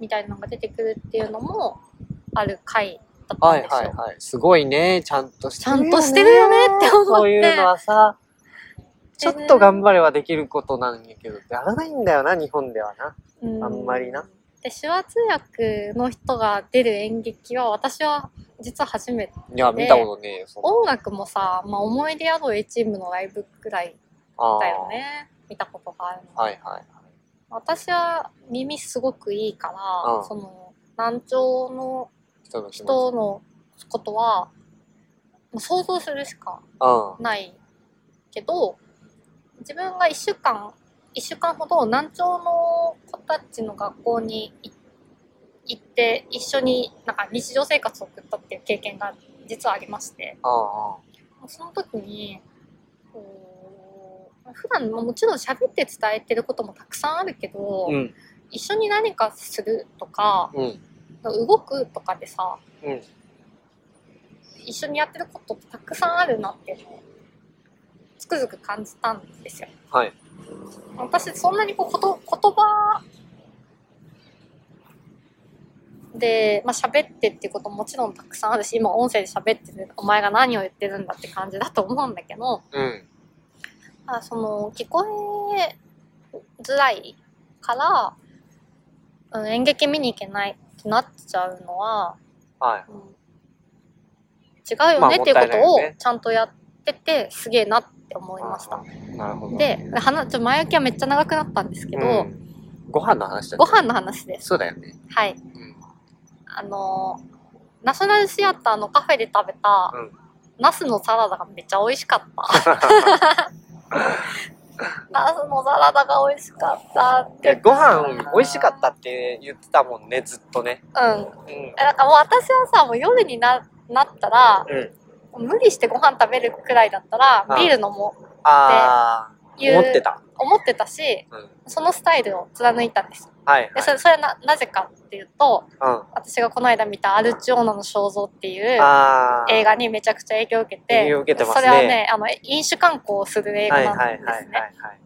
[SPEAKER 2] みたいなのが出てくるっていうのもある回だった
[SPEAKER 1] は
[SPEAKER 2] ん
[SPEAKER 1] い
[SPEAKER 2] ですよ。
[SPEAKER 1] はいはい。すごいね。ちゃんとしてるよね。
[SPEAKER 2] ちゃんとしてるよねって思って
[SPEAKER 1] そういうのはさ、ちょっと頑張ればできることなんやけど、やらないんだよな、日本ではな。
[SPEAKER 2] う
[SPEAKER 1] あんまりな。
[SPEAKER 2] で手話通訳の人が出る演劇は私は実は初めて
[SPEAKER 1] いや、見たことねえよ、そんな
[SPEAKER 2] 音楽もさ、まあ、思い出宿 A チームのライブくらい
[SPEAKER 1] ああ
[SPEAKER 2] だよね見たことがあるの、
[SPEAKER 1] はいはい。
[SPEAKER 2] 私は耳すごくいいから、
[SPEAKER 1] うん
[SPEAKER 2] その難聴の
[SPEAKER 1] 人の気持ち
[SPEAKER 2] 人のことはまあ想像するしか
[SPEAKER 1] うん。
[SPEAKER 2] ないけど自分が1週間1週間ほど南朝の子たちの学校にい行って一緒になんか日常生活を送ったっていう経験が実はありまして
[SPEAKER 1] あ
[SPEAKER 2] その時にこう普段ももちろん喋って伝えてることもたくさんあるけど、
[SPEAKER 1] あ。うん。
[SPEAKER 2] 一緒に何かするとか
[SPEAKER 1] うん。
[SPEAKER 2] 動くとかでさ
[SPEAKER 1] うん。
[SPEAKER 2] 一緒にやってることたくさんあるなっていうのをつくづく感じたんですよ。
[SPEAKER 1] はい。
[SPEAKER 2] 私そんなにこうこと言葉で、まあ、喋ってっていうことももちろんたくさんあるし今音声で喋ってるお前が何を言ってるんだって感じだと思うんだけど
[SPEAKER 1] うん。
[SPEAKER 2] あその聞こえづらいから、うん、演劇見に行けないってなっちゃうのは、
[SPEAKER 1] はい。
[SPEAKER 2] うん違うよ
[SPEAKER 1] まあ
[SPEAKER 2] ねっていうこ
[SPEAKER 1] もったいないよ
[SPEAKER 2] とを
[SPEAKER 1] ね
[SPEAKER 2] ちゃんとやっててすげえなって思いました。
[SPEAKER 1] なるほど。
[SPEAKER 2] で話ちょ前置きはめっちゃ長くなったんですけ
[SPEAKER 1] う
[SPEAKER 2] ど、
[SPEAKER 1] ん、ご飯の話だね
[SPEAKER 2] ご飯の話です。
[SPEAKER 1] そうだよね。
[SPEAKER 2] はい。
[SPEAKER 1] うん。
[SPEAKER 2] あのーナショナルシアターのカフェで食べた、
[SPEAKER 1] うん
[SPEAKER 2] ナスのサラダがめっちゃ美味しかった。 ナスのサラダが美味しかったっ
[SPEAKER 1] で
[SPEAKER 2] て。
[SPEAKER 1] ご飯美味しかったって言ってたもんね、ずっとね。
[SPEAKER 2] うん。
[SPEAKER 1] うん
[SPEAKER 2] え。なんかもう私はさ、もう夜にななったら、
[SPEAKER 1] うん。
[SPEAKER 2] 無理してご飯食べるくらいだったら
[SPEAKER 1] う、ん
[SPEAKER 2] ビール飲もう
[SPEAKER 1] ああ、
[SPEAKER 2] っていう、
[SPEAKER 1] 思ってた。
[SPEAKER 2] 思ってたし、
[SPEAKER 1] うん。
[SPEAKER 2] そのスタイルを貫いたんです。
[SPEAKER 1] はい
[SPEAKER 2] でそれそれはななぜかっていうと
[SPEAKER 1] はい。うん。
[SPEAKER 2] 私がこの間見た「アルチオーノの肖像」っていう
[SPEAKER 1] あー
[SPEAKER 2] 映画にめちゃくちゃ影響を受けて
[SPEAKER 1] 影響を受けてますね
[SPEAKER 2] それはねあの飲酒観光をする映画
[SPEAKER 1] はいは
[SPEAKER 2] ないんで
[SPEAKER 1] はい
[SPEAKER 2] すね
[SPEAKER 1] はい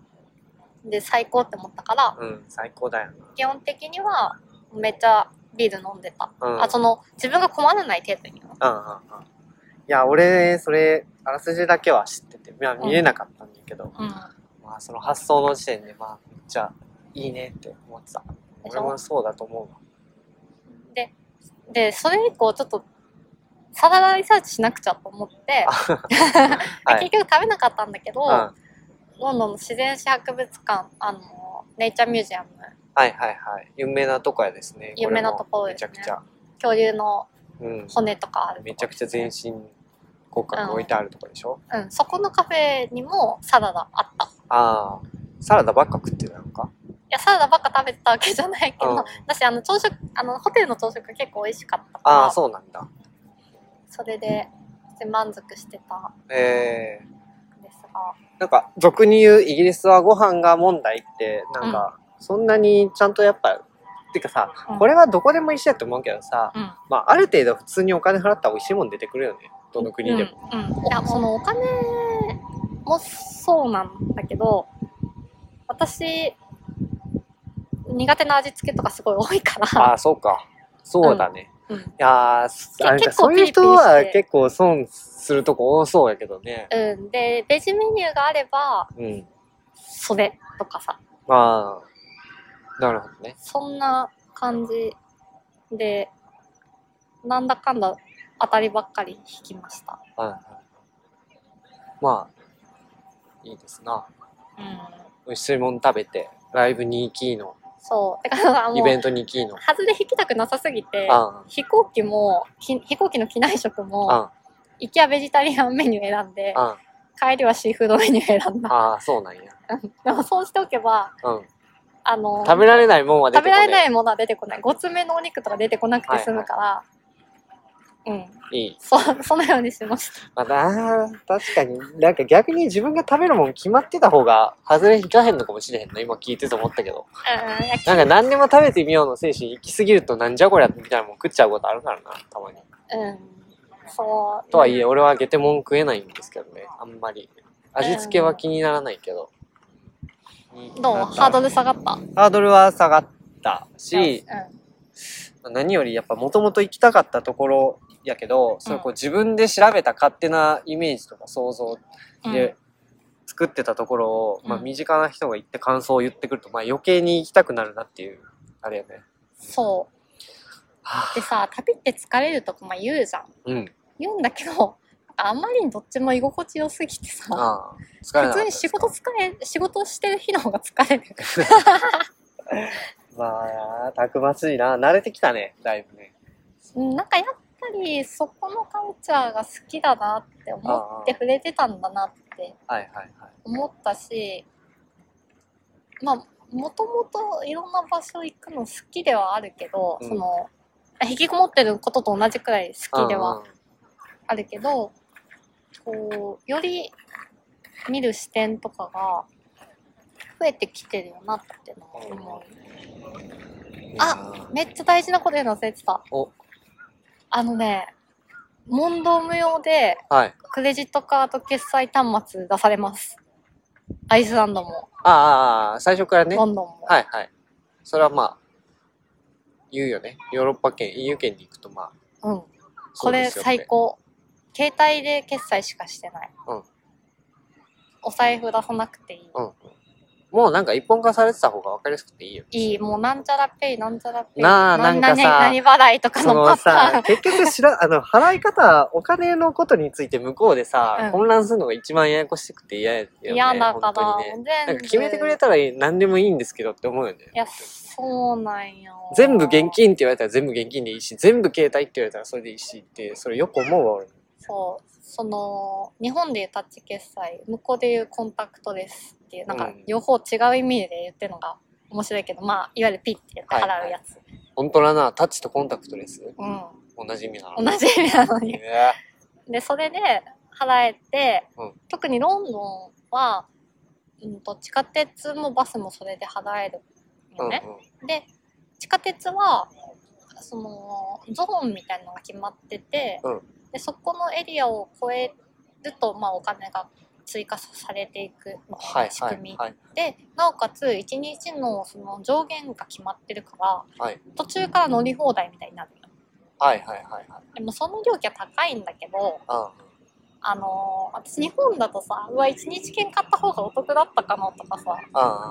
[SPEAKER 2] で最高って思ったから
[SPEAKER 1] はい。うん、最高だよ
[SPEAKER 2] 基本的にはめっちゃビール飲んでた、
[SPEAKER 1] な。うん。
[SPEAKER 2] あその自分が困らない程度には
[SPEAKER 1] うんうんうん。いや、俺、それ、あらすじだけは知ってて、まあ見れなかったんだけど、
[SPEAKER 2] うん
[SPEAKER 1] まあその発想の時点で、まあ、めっちゃいいねって思ってた。
[SPEAKER 2] でし
[SPEAKER 1] 俺
[SPEAKER 2] ょ
[SPEAKER 1] もそうだと思うわ。
[SPEAKER 2] ででそれ以降ちょっとサラダリサーチしなくちゃと思って、
[SPEAKER 1] はい。
[SPEAKER 2] 結局食べなかったんだけど、
[SPEAKER 1] うん。はい
[SPEAKER 2] ロンドンの自然史博物館あのネイチャーミュージアム
[SPEAKER 1] はいはい。有名なとこやですね。
[SPEAKER 2] 有名なところ
[SPEAKER 1] れも
[SPEAKER 2] ですね
[SPEAKER 1] めちゃくちゃ。
[SPEAKER 2] 恐竜の
[SPEAKER 1] うん。
[SPEAKER 2] 骨とかあるとこ
[SPEAKER 1] めちゃくちゃ全身骨格置いてあるとこでしょ、
[SPEAKER 2] うん、そこのカフェにもサラダあったい
[SPEAKER 1] ああ。サラダばっか食ってたのか
[SPEAKER 2] やサラダばっか食べてたわけじゃないけ
[SPEAKER 1] うん
[SPEAKER 2] ど、私あの朝食あのホテルの朝食結構美味しかったから
[SPEAKER 1] ああ、そうなんだ。
[SPEAKER 2] それで満足してた
[SPEAKER 1] ええ
[SPEAKER 2] んですが
[SPEAKER 1] なんか俗に言うイギリスはご飯が問題ってなんかそんなにちゃんとやっぱ、てかさ、
[SPEAKER 2] うん
[SPEAKER 1] これはどこでも一緒やと思うけどさ、
[SPEAKER 2] うん
[SPEAKER 1] まあある程度普通にお金払ったら美味しいもん出てくるよねどの国でも、
[SPEAKER 2] うんうんいやそのお金もそうなんだけど私苦手な味付けとかすごい多いから、
[SPEAKER 1] ああそうかそうだね、
[SPEAKER 2] うんうん
[SPEAKER 1] いやーすあれ
[SPEAKER 2] 結構
[SPEAKER 1] そういう人
[SPEAKER 2] ピリピリ
[SPEAKER 1] は
[SPEAKER 2] して
[SPEAKER 1] 結構損するとこ多そうやけどね
[SPEAKER 2] でベジメニューがあれば
[SPEAKER 1] うん
[SPEAKER 2] それとかさ
[SPEAKER 1] ああなるほどね
[SPEAKER 2] そんな感じでなんだかんだ当たりばっかり引きました、
[SPEAKER 1] はいはいまあいいですな
[SPEAKER 2] うん、
[SPEAKER 1] 美味しいもん食べてライブに行きの
[SPEAKER 2] そうだからも
[SPEAKER 1] イ
[SPEAKER 2] う
[SPEAKER 1] ベントに行きの
[SPEAKER 2] 外れ引きたくなさすぎて
[SPEAKER 1] あ
[SPEAKER 2] 飛行機もひ飛行機の機内食
[SPEAKER 1] ああ
[SPEAKER 2] も
[SPEAKER 1] あ
[SPEAKER 2] イケアベジタリアンメニュー選んで
[SPEAKER 1] ああ
[SPEAKER 2] 帰りはシーフードメニュー選んだ。
[SPEAKER 1] ああ、そうなんや。
[SPEAKER 2] でもそうしておけば、
[SPEAKER 1] うん。
[SPEAKER 2] あの、
[SPEAKER 1] 食べられないもんは出て
[SPEAKER 2] 食
[SPEAKER 1] こ
[SPEAKER 2] べ
[SPEAKER 1] な
[SPEAKER 2] ら
[SPEAKER 1] い。
[SPEAKER 2] れないものは出てこない。ごつめのお肉とか出てこなくて済むから、うん。
[SPEAKER 1] い。いい。
[SPEAKER 2] そ、そのようにしました。
[SPEAKER 1] また、あー確かに、なんか逆に自分が食べるもん決まってた方が、外れ引かへんのかもしれへんの。今聞いてて思ったけど。
[SPEAKER 2] うん、いや
[SPEAKER 1] なんか何でも食べてみようの精神行き過ぎると、なんじゃこりゃみたいなもん食っちゃうことあるからな、たまに。
[SPEAKER 2] うん。そう。
[SPEAKER 1] とはいえ、俺はゲテモン食えないんですけどね、あんまり。味付けは気にならないけど。
[SPEAKER 2] どうハードル下がった
[SPEAKER 1] ハードルは下がった
[SPEAKER 2] うん
[SPEAKER 1] し、何よりやっぱもともと行きたかったところやけど、それこう自分で調べた勝手なイメージとか想像
[SPEAKER 2] うん。
[SPEAKER 1] で作ってたところを、まあ、
[SPEAKER 2] うん
[SPEAKER 1] 身近な人が行って感想を言ってくると、まあ、余計に行きたくなるなっていうあれやね。
[SPEAKER 2] そ
[SPEAKER 1] は
[SPEAKER 2] う。でさ、旅って疲れるとかまあ言うじゃん。
[SPEAKER 1] あうん。
[SPEAKER 2] 言うんだけど、なんかあんまりにどっちも居心地良すぎてさ、
[SPEAKER 1] ああ疲れなかっ
[SPEAKER 2] 普
[SPEAKER 1] た
[SPEAKER 2] 通
[SPEAKER 1] で
[SPEAKER 2] に
[SPEAKER 1] す
[SPEAKER 2] 仕
[SPEAKER 1] か
[SPEAKER 2] 事疲れ、仕事してる日の方が疲れる。
[SPEAKER 1] まあ、たくましいな。慣れてきたね、だいぶね。
[SPEAKER 2] うんなんかやっぱりそこのカルチャーが好きだなって思って触れてたんだなって
[SPEAKER 1] はいはいはい。
[SPEAKER 2] 思ったしまあもともといろんな場所行くの好きではあるけど、
[SPEAKER 1] うん
[SPEAKER 2] その引きこもってることと同じくらい好きではあるけど、こうより見る視点とかが増えてきてるよなってのは思う。
[SPEAKER 1] うん
[SPEAKER 2] あめっちゃ大事なこと言うの忘れてた。
[SPEAKER 1] お
[SPEAKER 2] あのね問答無用で
[SPEAKER 1] はい。
[SPEAKER 2] クレジットカード決済端末出されます。アイスランドも、
[SPEAKER 1] ああああ、最初からね。
[SPEAKER 2] ロンドンも。
[SPEAKER 1] はいはい。それはまあ、言うよね。ヨーロッパ圏、EU 圏に行くとまあ、
[SPEAKER 2] うん。
[SPEAKER 1] そ
[SPEAKER 2] こ
[SPEAKER 1] うで
[SPEAKER 2] れ
[SPEAKER 1] すよ
[SPEAKER 2] 最高。携帯で決済しかしてない。
[SPEAKER 1] うん
[SPEAKER 2] お財布出さなくていい。
[SPEAKER 1] うんうん。もうなんか一本化されてた方が分かりやすくていいよ。
[SPEAKER 2] いい、もうなんちゃらペイ、なんちゃらペイ。
[SPEAKER 1] なあなんかさ
[SPEAKER 2] 何々何払いとか
[SPEAKER 1] そ
[SPEAKER 2] の
[SPEAKER 1] の
[SPEAKER 2] パター
[SPEAKER 1] さ
[SPEAKER 2] ン、。
[SPEAKER 1] 結局知ら、あ の、払い方、お金のことについて向こうでさ、
[SPEAKER 2] うん
[SPEAKER 1] 混乱するのが一番ややこしくて嫌やよね。
[SPEAKER 2] 嫌だか
[SPEAKER 1] 本当
[SPEAKER 2] ら、
[SPEAKER 1] にね。
[SPEAKER 2] 全部。
[SPEAKER 1] なんか決めてくれたらいい何でもいいんですけどって思うよね
[SPEAKER 2] い。や、そうなんよ。
[SPEAKER 1] 全部現金って言われたら全部現金でいいし、全部携帯って言われたらそれでいいしって、それよく思うわ、俺。
[SPEAKER 2] そう、その、日本でいうタッチ決済、向こうでいうコンタクトですっていう、なん
[SPEAKER 1] う
[SPEAKER 2] か
[SPEAKER 1] ん
[SPEAKER 2] 両方違う意味で言ってるのが面白いけど、まあ、いわゆるピッてやって払うやつ。
[SPEAKER 1] 本当だな、タッチとコンタクトレス。同じ意味なの。
[SPEAKER 2] うん。同じ意味なのに。
[SPEAKER 1] ね
[SPEAKER 2] で、それで払えて、
[SPEAKER 1] うん
[SPEAKER 2] 特にロンドンは、うん、と地下鉄もバスもそれで払えるんのね。
[SPEAKER 1] うんうん
[SPEAKER 2] で、地下鉄は、その、ゾーンみたいなのが決まってて、
[SPEAKER 1] うん
[SPEAKER 2] で、そこのエリアを超えると、まあ、お金が追加されていくの
[SPEAKER 1] は
[SPEAKER 2] が
[SPEAKER 1] い
[SPEAKER 2] 仕
[SPEAKER 1] は
[SPEAKER 2] 組み。
[SPEAKER 1] いはい
[SPEAKER 2] で、なおかつ、1日のその上限が決まってるから、
[SPEAKER 1] はい
[SPEAKER 2] 途中から乗り放題みたいになるの。
[SPEAKER 1] はいはいはいはい
[SPEAKER 2] でも、その料金は高いんだけど、
[SPEAKER 1] う
[SPEAKER 2] あのー私日本だとさ、うわ、1日券買った方がお得だったかなとかさ、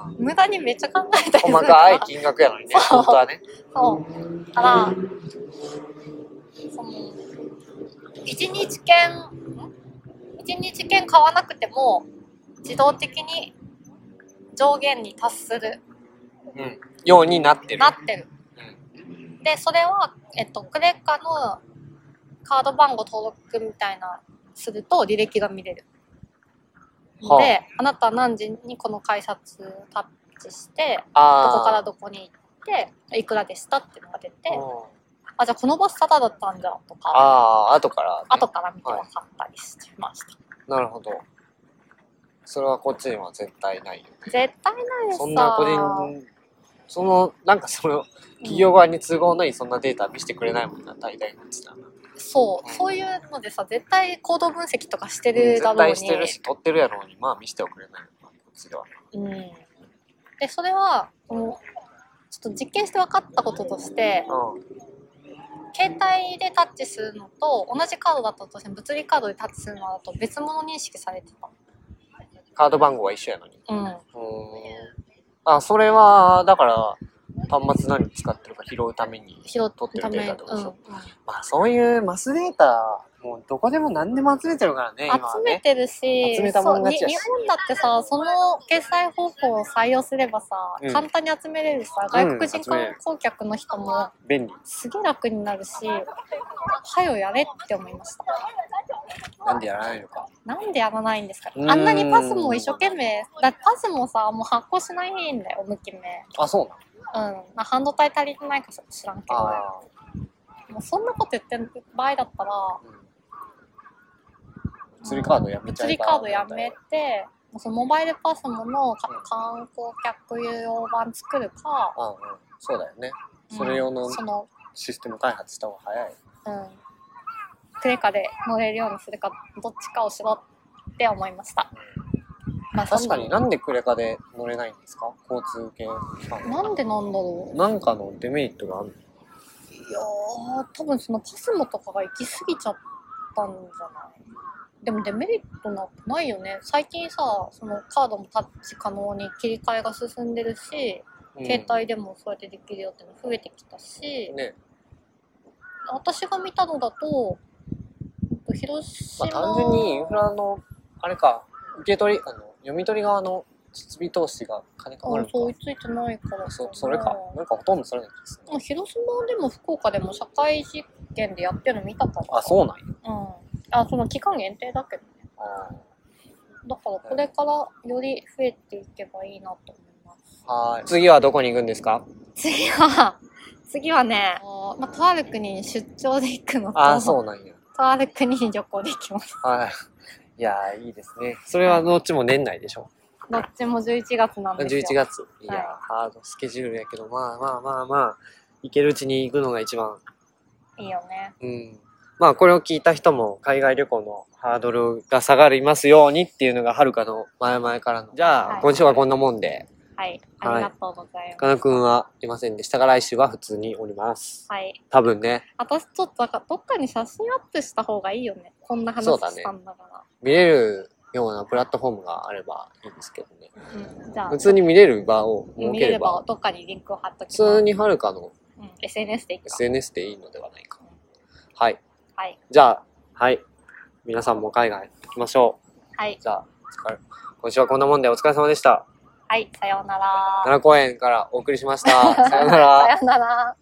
[SPEAKER 1] んうんうん
[SPEAKER 2] 無駄にめっちゃ考えたりする
[SPEAKER 1] 細
[SPEAKER 2] から
[SPEAKER 1] かい金額やのにね
[SPEAKER 2] そう
[SPEAKER 1] 本当はね
[SPEAKER 2] そう。だから、その、一日券、ん一日券買わなくても、自動的に上限に達する、
[SPEAKER 1] うんようになってる
[SPEAKER 2] なってる。で、それは、えっと、クレカのカード番号登録みたいな、すると履歴が見れる。
[SPEAKER 1] はあ
[SPEAKER 2] で、あなたは何時にこの改札タッチして、ど
[SPEAKER 1] あー
[SPEAKER 2] こからどこに行って、いくらでしたっていうのが出て、
[SPEAKER 1] うん
[SPEAKER 2] あ、じゃあこのバスタダだったんだとか、
[SPEAKER 1] ああ後からね
[SPEAKER 2] 後から見て分かったりしました。
[SPEAKER 1] なるほどそれはこっちには絶対ないよ
[SPEAKER 2] 絶対ないです
[SPEAKER 1] そんな個人そのなんかその企業
[SPEAKER 2] が、
[SPEAKER 1] 側に都合のいいそんなデータ見せてくれないもんな大体のうちだな
[SPEAKER 2] そう、そういうのでさ、絶対行動分析とかしてるだ
[SPEAKER 1] 絶
[SPEAKER 2] ろうに。
[SPEAKER 1] 対してるし取ってるやろうにまあ見せてはくれないよなこっちでは
[SPEAKER 2] うん。で、それは、もうちょっと実験して分かったこととして、
[SPEAKER 1] うん
[SPEAKER 2] 携帯でタッチするのと、同じカードだったとしても、物理カードでタッチするのだと別物認識されて
[SPEAKER 1] カード番号は一緒やのに
[SPEAKER 2] た。うん。
[SPEAKER 1] うーんあそれはだから端末何使ってるか拾うために
[SPEAKER 2] 拾
[SPEAKER 1] 取って
[SPEAKER 2] た
[SPEAKER 1] るデ
[SPEAKER 2] め
[SPEAKER 1] ー
[SPEAKER 2] に。
[SPEAKER 1] タってこと
[SPEAKER 2] う
[SPEAKER 1] でし
[SPEAKER 2] ん
[SPEAKER 1] ょ、。まあそういうマスデータもうどこでも何でも集めてるからね今は
[SPEAKER 2] 集め
[SPEAKER 1] ね
[SPEAKER 2] てるし、
[SPEAKER 1] 集めたもん勝ち
[SPEAKER 2] そ
[SPEAKER 1] や
[SPEAKER 2] う
[SPEAKER 1] し
[SPEAKER 2] に日本だってさ、その決済方法を採用すればさ、
[SPEAKER 1] うん
[SPEAKER 2] 簡単に集めれるしさ、外国人観光客の人も
[SPEAKER 1] 便利
[SPEAKER 2] すげえ楽になるし、はよやれって思いました。
[SPEAKER 1] なんでやらないのか
[SPEAKER 2] なんでやらないんですか
[SPEAKER 1] うーん
[SPEAKER 2] あんなにパスも一生懸命、だってパスもさ、もう発行しないんだよ、無記名。
[SPEAKER 1] あそうなの
[SPEAKER 2] うん。まあ、半導体足りてないか知らんけど。
[SPEAKER 1] あ
[SPEAKER 2] もうそんなこと言ってる場合だったら
[SPEAKER 1] あ、うん釣りカードやめちゃ
[SPEAKER 2] 物
[SPEAKER 1] え
[SPEAKER 2] 理
[SPEAKER 1] ば
[SPEAKER 2] カードやめて、もうそのモバイルパスものか観光客用版作るか、
[SPEAKER 1] ああうんそうだよね
[SPEAKER 2] うん
[SPEAKER 1] それ用の
[SPEAKER 2] その、
[SPEAKER 1] システム開発した方が早い
[SPEAKER 2] うん、クレカで乗れるようにするか、どっちかをしろって思いました。まあ、そん
[SPEAKER 1] 確かになんでクレカで乗れないんですか交通系機関
[SPEAKER 2] なんでなんだろう。
[SPEAKER 1] なんかのデメリットがある
[SPEAKER 2] いやー、多分そのパスモとかが行き過ぎちゃったんじゃないでもデメリットなんてないよね。最近さ、そのカードもタッチ可能に切り替えが進んでるし、
[SPEAKER 1] の
[SPEAKER 2] 携帯でもそうやってできるよっての増えてきたし、
[SPEAKER 1] ね
[SPEAKER 2] 私が見たのだと、広
[SPEAKER 1] ま
[SPEAKER 2] 島、
[SPEAKER 1] あ単純にインフラのあれか受け取りあの読み取り側の設備投資が金かかる
[SPEAKER 2] うん
[SPEAKER 1] のか
[SPEAKER 2] そう追いついてないからかな
[SPEAKER 1] そそれかなんかほとんどそれなんですね
[SPEAKER 2] もう広島でも福岡でも社会実験でやってるの見たから。
[SPEAKER 1] あそうなんや
[SPEAKER 2] うん。あ、その期間限定だけどね。
[SPEAKER 1] あ
[SPEAKER 2] だからこれからより増えていけばいいなと思い ます。
[SPEAKER 1] ーはーい次はどこに行くんですか
[SPEAKER 2] 次は、次はね、まあ、とある国に出張で行くのと、
[SPEAKER 1] ああ そうなんや
[SPEAKER 2] とある国に旅行で行きます。
[SPEAKER 1] はいいやーいいですねそれはどっちも年内でしょ
[SPEAKER 2] どっちも11月なんですよ。
[SPEAKER 1] 11月いやー
[SPEAKER 2] はい
[SPEAKER 1] ハードスケジュールやけどまあまあまあまあ行けるうちに行くのが一番
[SPEAKER 2] いいよね。
[SPEAKER 1] うんまあこれを聞いた人も海外旅行のハードルが下がりますようにっていうのがはるかの前々からのじゃあ、
[SPEAKER 2] はい
[SPEAKER 1] 今週はこんなもんで
[SPEAKER 2] はい。
[SPEAKER 1] はい
[SPEAKER 2] ありがとうございま
[SPEAKER 1] かなくんはいませんでしたが来週は普通におります
[SPEAKER 2] す。はい。
[SPEAKER 1] 多分ね
[SPEAKER 2] 私ちょっとなんかどっかに写真アップした方がいいよね。こんな話
[SPEAKER 1] そうだね
[SPEAKER 2] したんだか
[SPEAKER 1] 見れるようなプラットフォームがあればいいんですけどね
[SPEAKER 2] ら。うん。じゃあ、
[SPEAKER 1] 普通に見れる場を設
[SPEAKER 2] 見
[SPEAKER 1] け
[SPEAKER 2] れ
[SPEAKER 1] れ
[SPEAKER 2] れば
[SPEAKER 1] ば
[SPEAKER 2] どっかにリンクを貼っときま
[SPEAKER 1] 普
[SPEAKER 2] す。
[SPEAKER 1] 通にはるかの
[SPEAKER 2] うん、SNS でいくか。
[SPEAKER 1] SNS でいいのではないかはい
[SPEAKER 2] はい。
[SPEAKER 1] じゃあはい皆さんも海外行きましょ
[SPEAKER 2] はい。
[SPEAKER 1] うじゃあお疲れ今週はこんなもんでお疲れ様でした
[SPEAKER 2] はい。さようなら。
[SPEAKER 1] 奈良公園からお送りしました。さようなら。
[SPEAKER 2] さようなら。